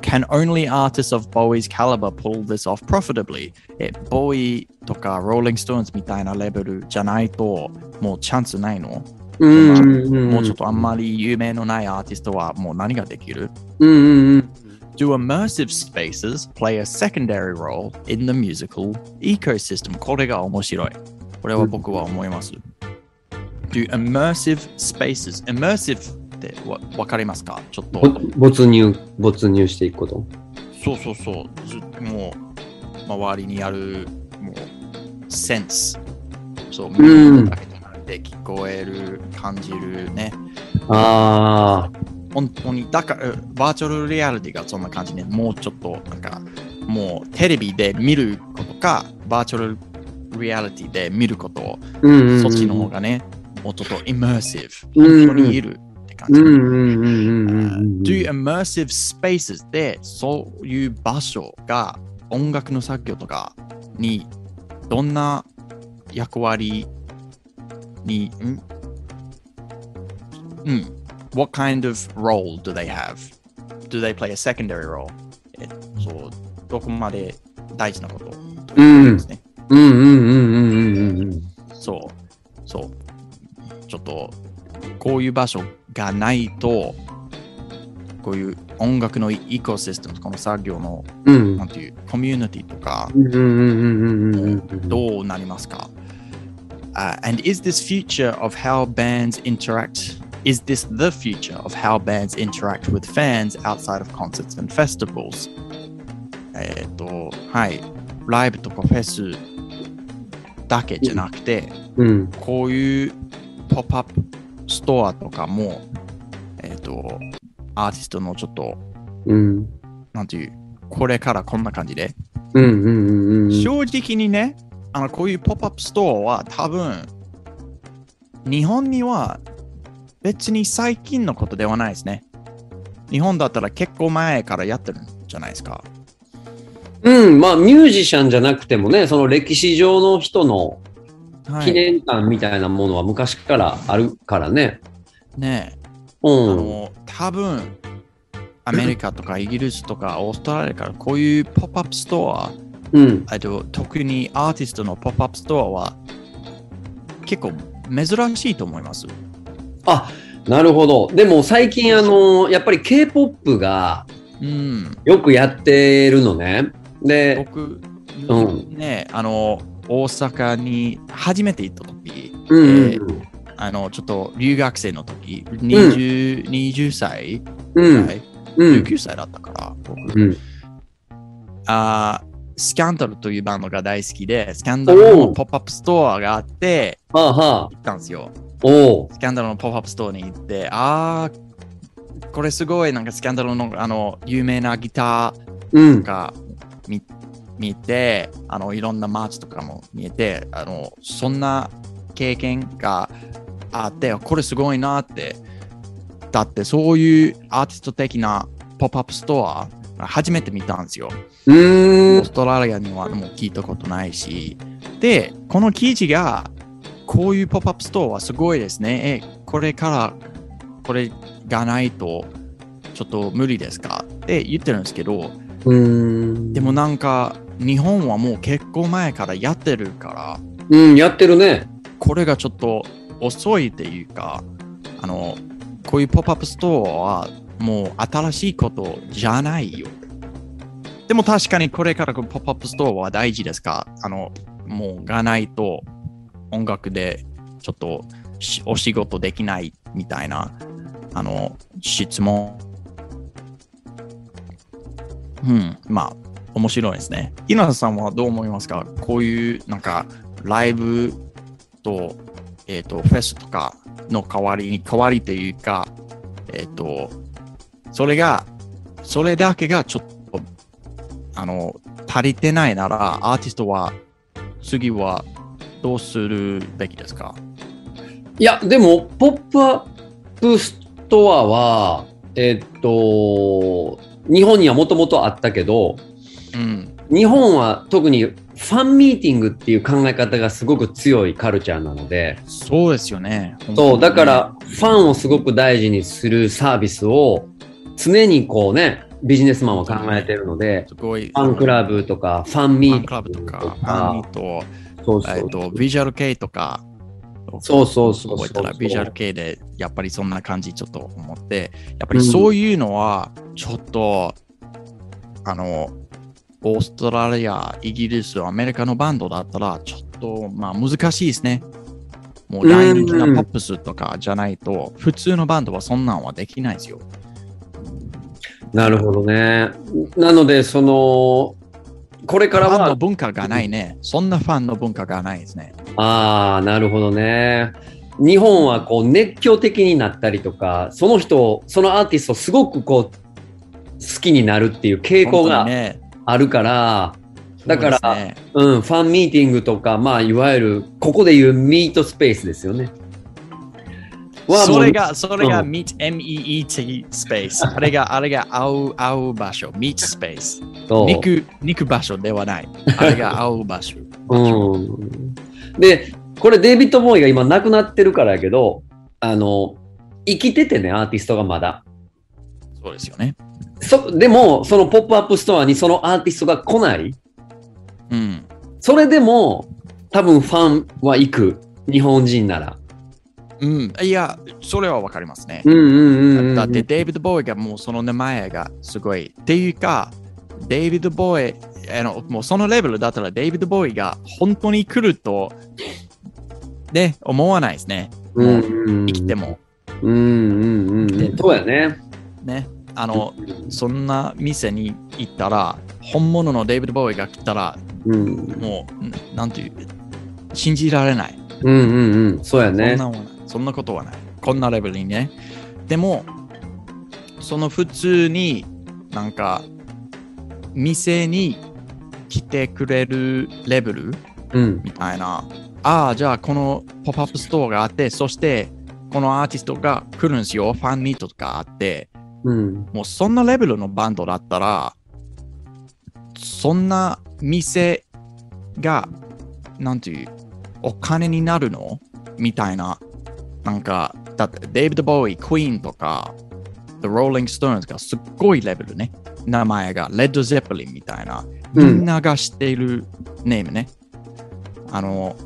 A: Can only artists of Bowie's caliber pull this off profitably? え、ボーイとか Rolling Stones みたいなレベルじゃないともうチャンスないの、
B: うんうんうん、
A: もうちょっとあんまり有名のないアーティストはもう何ができる
B: うんうんうん。
A: Do immersive spaces play a secondary role in the musical ecosystem? これが面白い。これは僕は思います。Do immersive spaces? Immersive ってわわかりますかちょっと
B: ぼ。没入、没入していくこと。
A: そうそうそう。ずもう、周りにある、もう、センス。そう、
B: ん
A: 耳だけじゃなくて聞こえる、感じるね。
B: あ
A: 本当に、だから、バーチャルリアリティがそんな感じね。もうちょっと、なんか、もうテレビで見ることか、バーチャルリアリティで見ることを、
B: あ、うんうんうん、
A: そっちの方がね、もうちょっとイマーシブ。
B: うん
A: 本当にいるって感
B: う
A: じ。
B: んうんうんうんうんうん。
A: Do immersive spaces でそういう場所が音楽の作業とかにどんな役割にんうん What kind of role do they have? Do they play a secondary role? えそうどこまで大事なこと
B: うん
A: ですね。
B: うんうんうんうんうんうん
A: そう、そう。ちょっと、こういう場所がないと、こういう音楽のイコシステム、この作業の、
B: うん。うん
A: なんていう、コミュニティとか、
B: うんうんうんうんうん。
A: どうなりますか、Uh, and is this future of how bands interact? Is this the future of how bands interact with fans outside of concerts and festivals? えっと、はい。ライブとかフェスだけじゃなくて、
B: うん
A: こういうポップアップストアとかも、えっ、と、アーティストのちょっと、
B: うん
A: なんていう、これからこんな感じで。
B: うんうんうんうん。
A: 正直にね、あの、こういうポップアップストアは多分、日本には別に最近のことではないですね。日本だったら結構前からやってるんじゃないですか。
B: うん、まあミュージシャンじゃなくてもね、その歴史上の人の
A: は
B: 記
A: い。
B: 念館みたいなものは昔からあるからね。
A: ねえあ
B: うん。
A: の、多分、アメリカとかイギリスとかオーストラリアからこういうポップアップストア
B: うん。
A: えっと特にアーティストのポップアップストアは結構珍しいと思います。
B: あ、なるほど。でも最近あの、やっぱり K-POP が
A: うん、
B: よくやってるのね。で、
A: 僕、
B: うん
A: ねあの大阪に初めて行った時
B: うん
A: え
B: うん
A: あのちょっと留学生の時20、20歳
B: う
A: ぐ
B: ん
A: らい、
B: うん
A: 19歳だったから僕、
B: うん
A: あースキャンダルというバンドが大好きでスキャンダルのポップアップストアがあって
B: はあはあ
A: 行ったんですよ。
B: おう
A: スキャンダルのポップアップストアに行って、あー、これすごい、なんかスキャンダルのあの有名なギタ
B: う
A: ー
B: ん
A: が見見て、あのいろんなマーチとかも見えて、あのそんな経験があって、これすごいなって。だってそういうアーティスト的なポップアップストア、初めて見たんですよ。
B: う
A: オ
B: ー
A: ー
B: ん
A: ストラリアにはもう聞いたことないし。で、この記事が、こういうポップアップストアはすごいですね。え、これから、これがないと、ちょっと無理ですかって言ってるんですけど、
B: うーん
A: でもなんか、日本はもう結構前からやってるから、
B: うんやってるね
A: これがちょっと遅いっていうか、あの、こういうポップアップストアはもう新しいことじゃないよ。でも確かにこれからこうポップアップストアは大事ですかあの、もうがないと音楽でちょっとしお仕事できないみたいな、あの、質問。うん、まあ、面白いですね。ひなさんはどう思いますかこういうなんかライブと,、えー、とフェスとかの代わりに代わりというか、えっ、と、それが、それだけがちょっと、あの、足りてないなら、アーティストは次はどうするべきですか
B: いや、でも、ポップアップストアは、えっと、日本にはもともとあったけど、
A: うん。
B: 日本は特にファンミーティングっていう考え方がすごく強いカルチャーなので、
A: そうですよね。
B: そう、だから、ファンをすごく大事にするサービスを、常にこうね、ビジネスマンは考えてるので、
A: すごい。
B: ファンクラブとか、ファン
A: フ
B: ミ
A: ァ
B: ー
A: ン
B: テ
A: クラ
B: ィ
A: ブ
B: ン
A: と
B: グ
A: か、
B: と
A: ファン
B: か、
A: ミーと、
B: そう
A: えっ
B: そう。
A: と、ビジュアル系とか、
B: そうそうそうそう
A: 覚えたらビジュアル系でやっぱりそんな感じちょっと思ってやっぱりそういうのはちょっと、あのオーストラリアイギリスアメリカのバンドだったらちょっとまあ難しいですねもう大人気な
B: うん
A: ポップスとかじゃないと普通のバンドはそんなんはできないですよ
B: なるほどね。なので、その、これから
A: ファンの
B: は、
A: 文化がないねそんなファンの文化がないですね
B: ああ、なるほどね。日本はこう熱狂的になったりとか、その人を、そのアーティストをすごくこう、好きになるっていう傾向
A: 本当に
B: が
A: ね
B: あるから、だから
A: そうですね
B: うん、ファンミーティングとか、まあ、いわゆる、ここでいうミートスペースですよね。は
A: それ
B: も
A: が、それが
B: うん
A: meet, M-E-E-T スペース。あれ が、あれが合う、合う場所、meet スペース。
B: うそう
A: 肉、肉場所ではない。あれが合う場所。
B: うん。で、これデイビッド・ボーイが今亡くなってるからやけど、あの、生きててね、アーティストがまだ。
A: そうですよね。
B: そ、でも、そのポップアップストアにそのアーティストが来ない。
A: うん。
B: それでも、多分ファンは行く。日本人なら。
A: うん。いや、それはわかりますね。
B: うんうんうんうん。
A: だって、デイビッド・ボーイがもうその名前がすごい。っていうか、デイビッド・ボーイ、あの、もうそのレベルだったら、デイビッド・ボーイが本当に来ると、ね、思わないですね。
B: うんうん、
A: 生きて。も。
B: うんうんうんうん。そうやね。
A: ね。あの、そんな店に行ったら、本物のデイビッド・ボーイが来たら、
B: うん
A: もう、んなんていう、信じられない。
B: うんうんうん。そうや
A: そんな
B: ね。
A: もんはないそんなことはない。こんなレベルにね。でも、その普通になんか、店に来てくれるレベル
B: うん。
A: みたいな。ああ、じゃあこのポップアップストアがあって、そしてこのアーティストが来るんですよ。ファンミートとかあって。
B: うん。
A: もうそんなレベルのバンドだったら、そんな店が、なんていう、お金になるのみたいな、なんか、だって、デイビッド・ボーイ、クイーンとか、The Rolling Stones がすっごいレベルね。名前が、レッド・ゼッペリンみたいな、
B: う
A: み
B: ん
A: んなが知っているネームね。あの、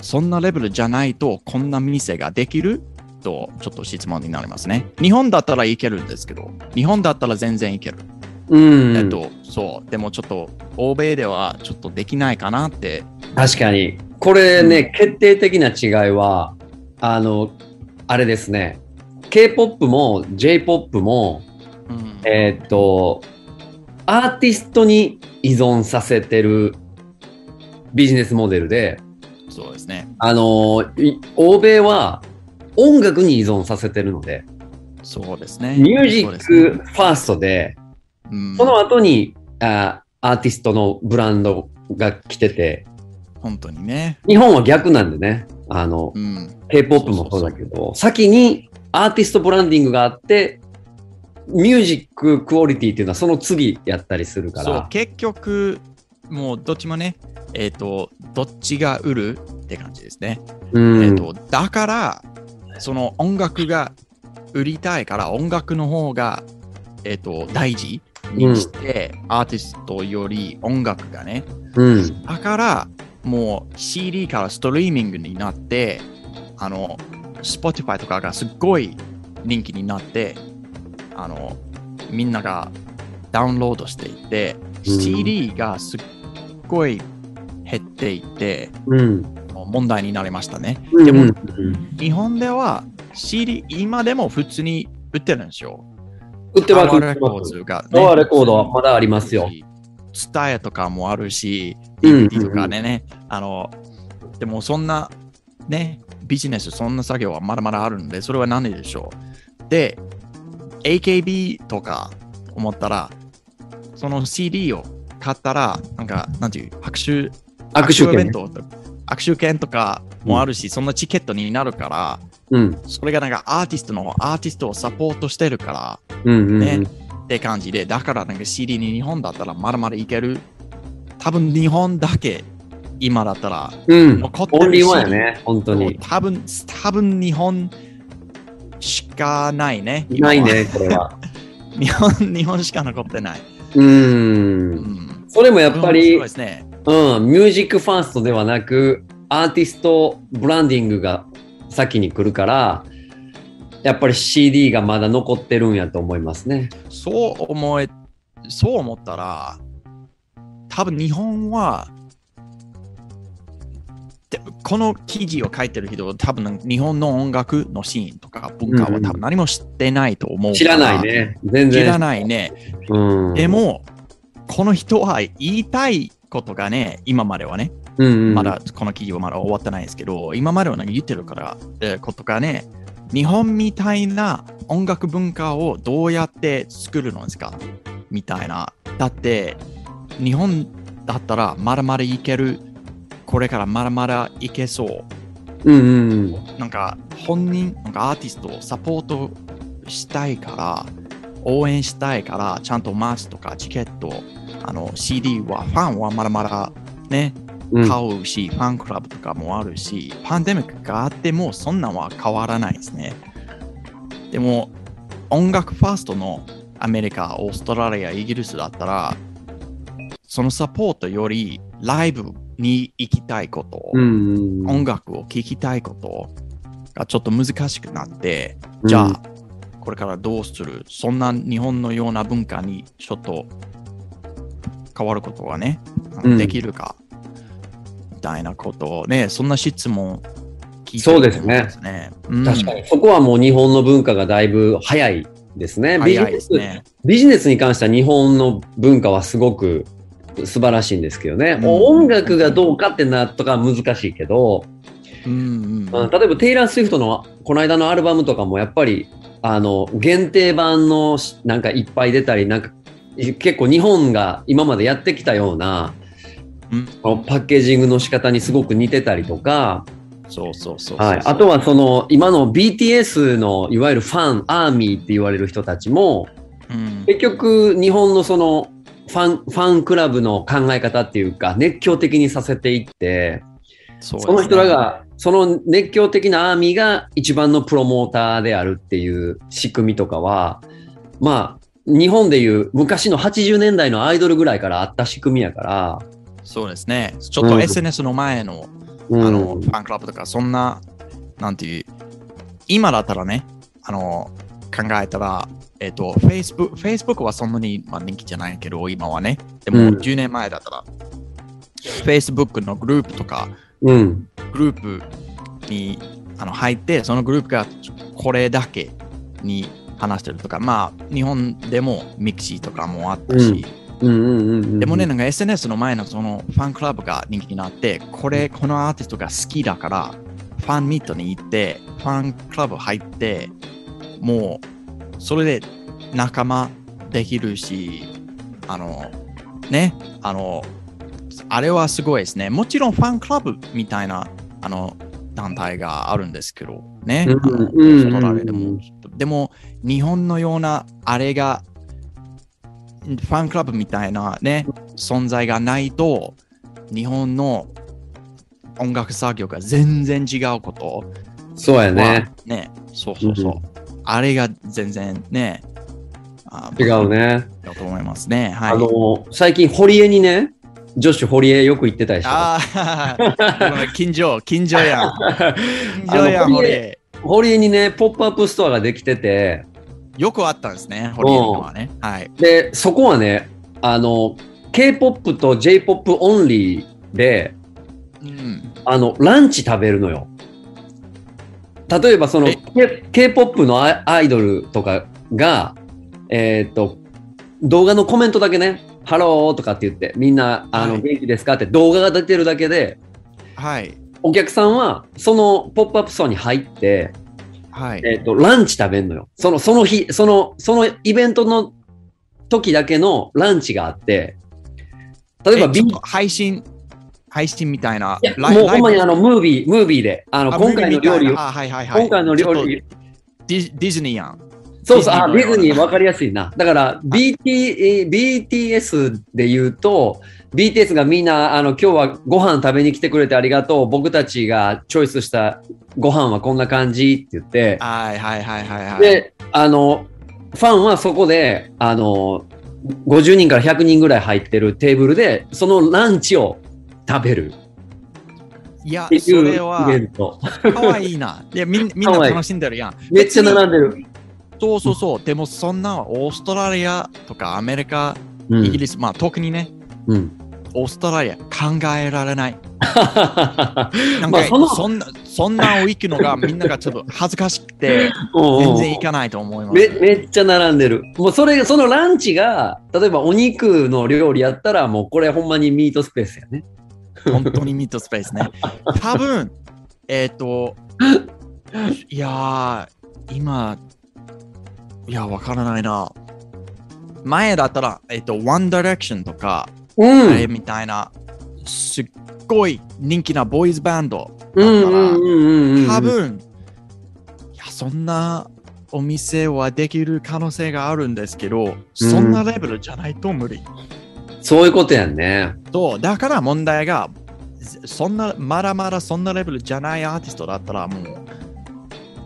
A: そんなレベルじゃないと、こんな店ができると、ちょっと質問になりますね。日本だったらいけるんですけど、日本だったら全然いける。
B: うん。
A: えっと、そう、でもちょっと、欧米ではちょっとできないかなって。
B: 確かに。これね、決定的な違いは、あの、あれですね。K-POP も J-POP も、
A: うん
B: えーっと、アーティストに依存させてるビジネスモデルで、
A: そうですね。
B: あの、い欧米は音楽に依存させてるので、
A: そうですね。
B: ミュージ
A: そう
B: ッ
A: ですね
B: クファーストで、
A: うん
B: その後にあアーティストのブランドが来てて、
A: 本当にね。
B: 日本は逆なんでね、あの、
A: うん。
B: K-POP もそうだけど、先にアーティストブランディングがあって、ミュージッククオリティっていうのはその次やったりするか
A: そう
B: ら、。
A: 結局、もうどっちもね、えっ、と、どっちが売るって感じですね。
B: うん
A: えっと、だから、その音楽が売りたいから、音楽の方が、えっと、大事にして、アーティストより音楽がね。
B: うん。
A: だから、もう CD からストリーミングになって、あの、Spotify とかがすっごい人気になって、あの、みんながダウンロードしていて、
B: うん
A: CD がすっごい減っていて、
B: うん。
A: 問題になりましたね。
B: で
A: も
B: うん、
A: 日本では CD、今でも普通に売ってるんですよ。
B: 売ってます。
A: アワ
B: 売
A: ー
B: っ
A: レ
B: て
A: コー
B: ます
A: ズがね、
B: ノアレコードはまだありますよ。
A: ツタヤとかもあるし、
B: うん
A: DVD とかねね、あの、でもそんな、ね、ビジネス、そんな作業はまだまだあるので、それは何でしょう。で、AKB とか思ったら、その CD を買ったら、なんか、なんていう、拍手、
B: 握手
A: イベ
B: 券
A: ン
B: ね。
A: トと握手券とかもあるし、そんなチケットになるから、
B: うん。
A: それがなんかアーティストの、アーティストをサポートしてるから、
B: うんうんうん。
A: ね、って感じで、だからなんか CD に日本だったらまだまだいける。多分日本だけ今だったら、
B: うん。
A: 残ってるし
B: オンリーワンやね、本当に。
A: 多分、多分日本しかないね。今は
B: ない。ね、これは。
A: 日本、 日本しか残ってない。
B: う。
A: うんん。
B: それもやっぱ
A: 面白
B: り、う
A: い
B: ん
A: で、すね。
B: ミュージックファーストではなく、アーティストブランディングが先に来るから、やっぱり CD がまだ残ってるんやと思いますね。
A: そう思え、そう思ったら、多分日本は、でこの記事を書いてる人、多分日本の音楽のシーンとか文化
B: うんう
A: は
B: ん
A: 多分何も知ってないと思う。
B: 知らない。ね。全
A: 知ら
B: 然。
A: ないね。
B: うん。
A: で、も、この人は言いたいことがね、今まではね、
B: うんうん、
A: まだこの記事はまだ終わってないですけど、今まではなんか言ってるから、えーことがね、日本みたいな音楽文化をどうやって作るのですかみたいな。だって、日本だったらまだまだいける、これからまだまだいけそう。
B: うんうん。
A: なんか本人、なんかアーティストをサポートしたいから、応援したいから、ちゃんとマーチとかチケット、あの CD は、ファンはまだまだね、
B: うん
A: 買うし、ファンクラブとかもあるし、パンデミックがあってもそんなんは変わらないですね。でも、音楽ファーストのアメリカ、オーストラリア、イギリスだったら、そのサポートよりライブに行きたいことを、
B: うんうん。
A: 音楽を聴きたいことがちょっと難しくなって、じゃあ、これからどうするそんな日本のような文化にちょっと変わることがね、
B: うん
A: できるか、みたいなことをね、そんな質問聞いて
B: そうですね
A: みたいね。うん
B: 確かに、そこはもう日本の文化がだいぶ早いですね。ビジ
A: 早い
B: ネ
A: で
B: ス
A: すね。
B: ビジネスに関しては日本の文化はすごく素晴らしいんですけどね。
A: うん
B: もう音楽がどうかってなとか難しいけど、
A: うんう
B: うん
A: ん。
B: 例えばテイラー・スウィフトのこの間のアルバムとかもやっぱりあの限定版のしなんかいっぱい出たりなんか結構日本が今までやってきたような、
A: うん
B: このパッケージングの仕方にすごく似てたりとか、
A: そうそうそうそう。
B: はい、あとはその今の BTS のいわゆるファンアーミーって言われる人たちも
A: うん、
B: 結局日本のそのファンファンクラブの考え方っていうか熱狂的にさせていって
A: そ
B: そ,、
A: うですね
B: の人らがその熱狂的なアーミーが一番のプロモーターであるっていう仕組みとかはまあ日本でいう昔の80年代のアイドルぐらいからあった仕組みやから、
A: そうですね。ちょっと SNS の前の
B: うん
A: あの、ファンクラブとか、そんな、なんていう、今だったらね、あの、考えたら、えっ、と、Facebook、Facebook はそんなに、まあ、人気じゃないけど、今はね。でも、
B: うん
A: 10年前だったら、Facebook のグループとか、
B: うん
A: グループにあの入って、そのグループがこれだけに話してるとか、まあ、日本でもミクシーとかもあったし、
B: うんうんうんうんうん、
A: でもね、なんか SNS の前のそのファンクラブが人気になって、これ、このアーティストが好きだから、ファンミートに行って、ファンクラブ入って、もう、それで仲間できるし、あの、ね、あの、あれはすごいですね。もちろんファンクラブみたいな、あの、団体があるんですけど、ね、
B: うん
A: あの
B: うんうんうん
A: オーストラリアでも。でも、日本のようなあれがファンクラブみたいなね、存在がないと、日本の音楽作業が全然違うこと
B: そうや
A: は
B: ね。
A: ねそうそうそう。
B: うん
A: あれが全然ね、あ
B: 違う。ね。
A: だと思いますね。はい。
B: あの、最近、堀江にね、女子堀江よく行ってたでしょ。
A: ああ、近所、近所 やん。近所や
B: あ
A: ん、
B: の
A: ホリエ
B: 堀江にね、ポップアップストアができてて、
A: よくあったんですね、ホリエのはね。はい。
B: で、そこはね、あの、K-POP と J-POP オンリーで、
A: うん。
B: あの、ランチ食べるのよ。例えば、その、
A: え
B: K- K-POP のアアイドルとかが、えーっと、動画のコメントだけね、ハローとかって言って、みんな、あ
A: は
B: の、
A: い
B: 元気ですかって動画が出てるだけで、
A: はい。
B: お客さんは、そのポップアップストアに入って、
A: はい。
B: えっ、と、ランチ食べんのよ。その、その日、その、そのイベントの時だけのランチがあって、例えば
A: え
B: ビ
A: ち
B: ー
A: ょっと配信、配信みたいな。
B: いや
A: ライ
B: もうほんまに
A: ライ
B: あの、ムービー、ムービーで、あの、
A: ブあ
B: 今回の料理
A: ムービーみ
B: を
A: たいな、あはいはいはい。
B: 今回の料
A: ちょっと
B: 理、
A: ディディズニーやん。
B: そうそう、あ、
A: ディズニーの
B: ディズニ
A: よう
B: ー
A: な
B: 分かりやすいな。だから、BT、えー BTS で言うと、BTS がみんな、あの、今日はご飯食べに来てくれてありがとう。僕たちがチョイスしたご飯はこんな感じって言って、
A: はいはいはいはいはい。
B: で、あの、ファンはそこで、あの、50人から100人ぐらい入ってるテーブルで、そのランチを食べるっ
A: いや
B: て、い
A: そうれ
B: イベ
A: は
B: ント。
A: かわいいな。いや みんみんな楽しんでるやん。
B: めっちゃ並んでる。
A: そうそうそう。でもそんなオーストラリアとかアメリカ、
B: う
A: イギ
B: ん。
A: リス、まあ特にね、
B: うん、
A: オーストラリア考えられない。なん
B: ま
A: か
B: あその
A: そんな、そんなを行くの がみんながちょっと恥ずかしくて、全然行かないと思いま
B: め
A: す。
B: めっちゃ並んでる。もうそれ、そのランチが、例えばお肉の料理やったら、もうこれほんまにミートスペースやね。
A: 本当にミートスペースね。多分、えっ、 と、いやー、今、いや、わからないな。前だったら、えっ、と、One Direction とか、
B: う
A: あれ。みたいな、すっごい人気なボーイズバンドだった
B: う
A: ら、
B: んうんうんうん。
A: 多。分、いや、そんなお店はできる可能性があるんですけど、そんなレベルじゃないと無理。
B: そういうことやんね。
A: そう、だから問題が、そんな、まだまだそんなレベルじゃないアーティストだったら、もう、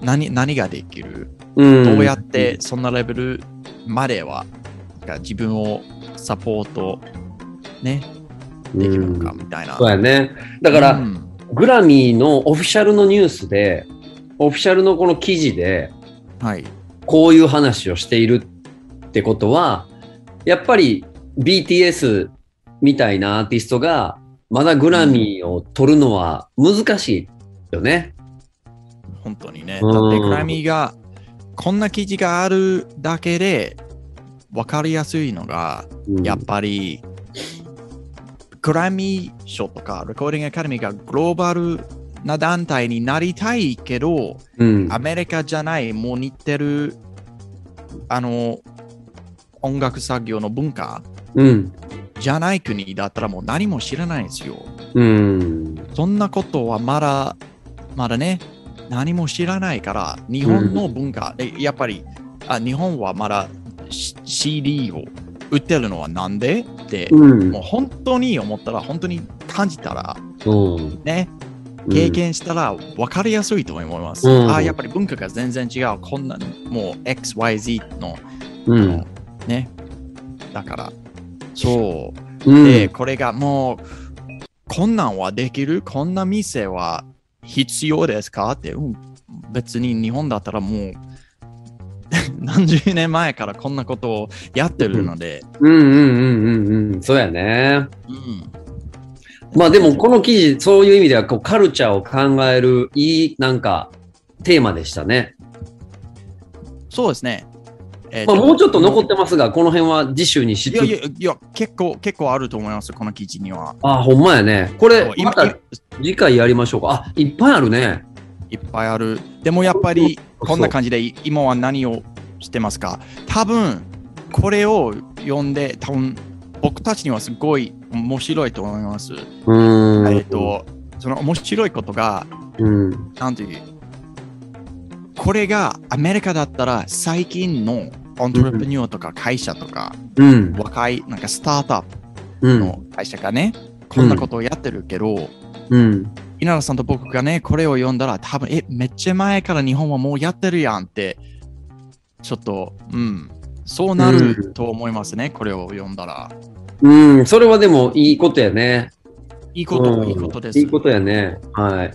A: 何、何ができる
B: うん。
A: どうやってそんなレベルまでは、なんか自分をサポート、ね、
B: うん
A: できるのかみたいな。
B: そうやね。だから、
A: うん
B: グラミーのオフィシャルのニュースで、オフィシャルのこの記事で、
A: はい。
B: こういう話をしているってことは、やっぱり BTS みたいなアーティストが、まだグラミーを取るのは難しいよね。
A: 本当にね。
B: うん
A: だって、グラミーが、こんな記事があるだけで、わかりやすいのが、
B: うん
A: やっぱり、グラミー賞とか、レコーディングアカデミーがグローバルな団体になりたいけど、
B: うん
A: アメリカじゃない、もう似てる、あの、音楽作業の文化
B: うん。
A: じゃない国だったらもう何も知らないんですよ。
B: うん。
A: そんなことはまだ、まだね、何も知らないから、日本の文化、でやっぱりあ、日本はまだ C- CD を売ってるのはなんでって、
B: うん
A: もう本当に思ったら、本当に感じたら、
B: うん。
A: ね、経験したら分かりやすいと思います。
B: うん
A: あやっぱり文化が全然違う。こんな、もう XYZ の、
B: う
A: あ
B: ん
A: のね、だから、そう。
B: うん。
A: で、これがもう、こんなんはできるこんな店は必要ですかって、うん、別に日本だったらもう 何十年前からこんなことをやってるので、
B: うんうんうんうんうん。そうやね。
A: うん
B: まあでもこの記事、そういう意味ではこうカルチャーを考えるいいなんかテーマでしたね。
A: そうですね。えー
B: まあもうちょっと残ってますが、この辺は次週にし
A: い
B: つ
A: やい
B: つ。
A: やいや結構、結構あると思います、この記事には。
B: あ、ほんまやね。これ
A: そう、今
B: また次回やりましょうか。あ、いっぱいあるね。
A: いっぱいある。でもやっぱりこんな感じでい今は何をしてますか多分これを読んで多分僕たちにはすごい面白いと思います。
B: うーん。
A: えっ、とその面白いことが
B: うん。
A: なんていうこれがアメリカだったら最近のオントレプニューとか会社とか、
B: うん。
A: 若いなんかスタートアッ
B: う
A: プ
B: ん。
A: の会社がね、こんなことをやってるけど、
B: うん。
A: 稲田さんと僕がね、これを読んだら、多分え、めっちゃ前から日本はもうやってるやんって、ちょっと、うん、そうなると思いますね、これを読んだら。
B: うん。それはでもいいことやね。
A: いいこと、
B: うん
A: いいことです。
B: いいことやね。はい。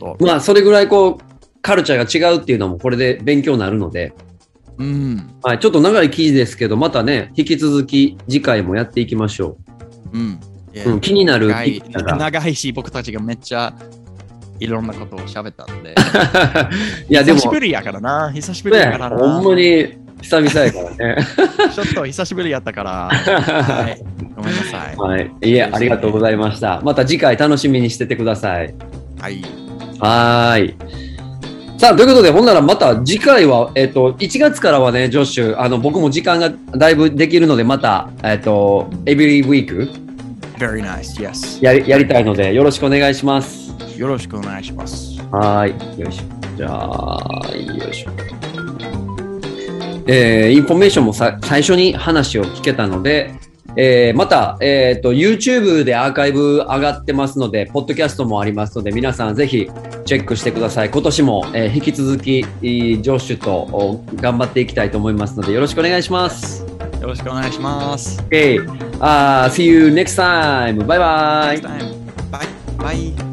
A: と
B: まあ、それぐらいこう、カルチャーが違うっていうのもこれで勉強になるので、
A: うん、
B: はい、ちょっと長い記事ですけど、またね、引き続き次回もやっていきましょ
A: うん。え
B: う。うん、気になる
A: 長い
B: 記事だ
A: 長いし、僕たちがめっちゃいろんなことを喋ったんで。
B: らい や、でも
A: 久し、ぶりやからな、久しぶりや
B: ね
A: から、な。
B: ほんまに久々やからね。
A: ちょっと久しぶりやったから。はい、ごめんなさい。
B: はい。いえ、ありがとうございました。また次回楽しみにしててください。
A: はい。
B: はーい。さあ、ということで、ほんならまた次回は、えっ、と、1月からはね、ジョッシュ、あの、僕も時間がだいぶできるので、また、えっ、と、エブリウィーク
A: Very nice. Yes.
B: やり、やりたいので、よろしくお願いします。
A: よろしくお願いします。
B: はーい。よいしょ。じゃあ、よいしょ。えーインフォメーションもさ最初に話を聞けたので、えーまた、えっ、と、YouTube でアーカイブ上がってますので、ポッドキャストもありますので、皆さんぜひチェックしてください。今年も、えー引き続き、えージョッシュとお頑張っていきたいと思いますので、よろしくお願いします。
A: よろしくお願いします。
B: OK。あー see you next time. Bye bye.
A: Next time. Bye. Bye.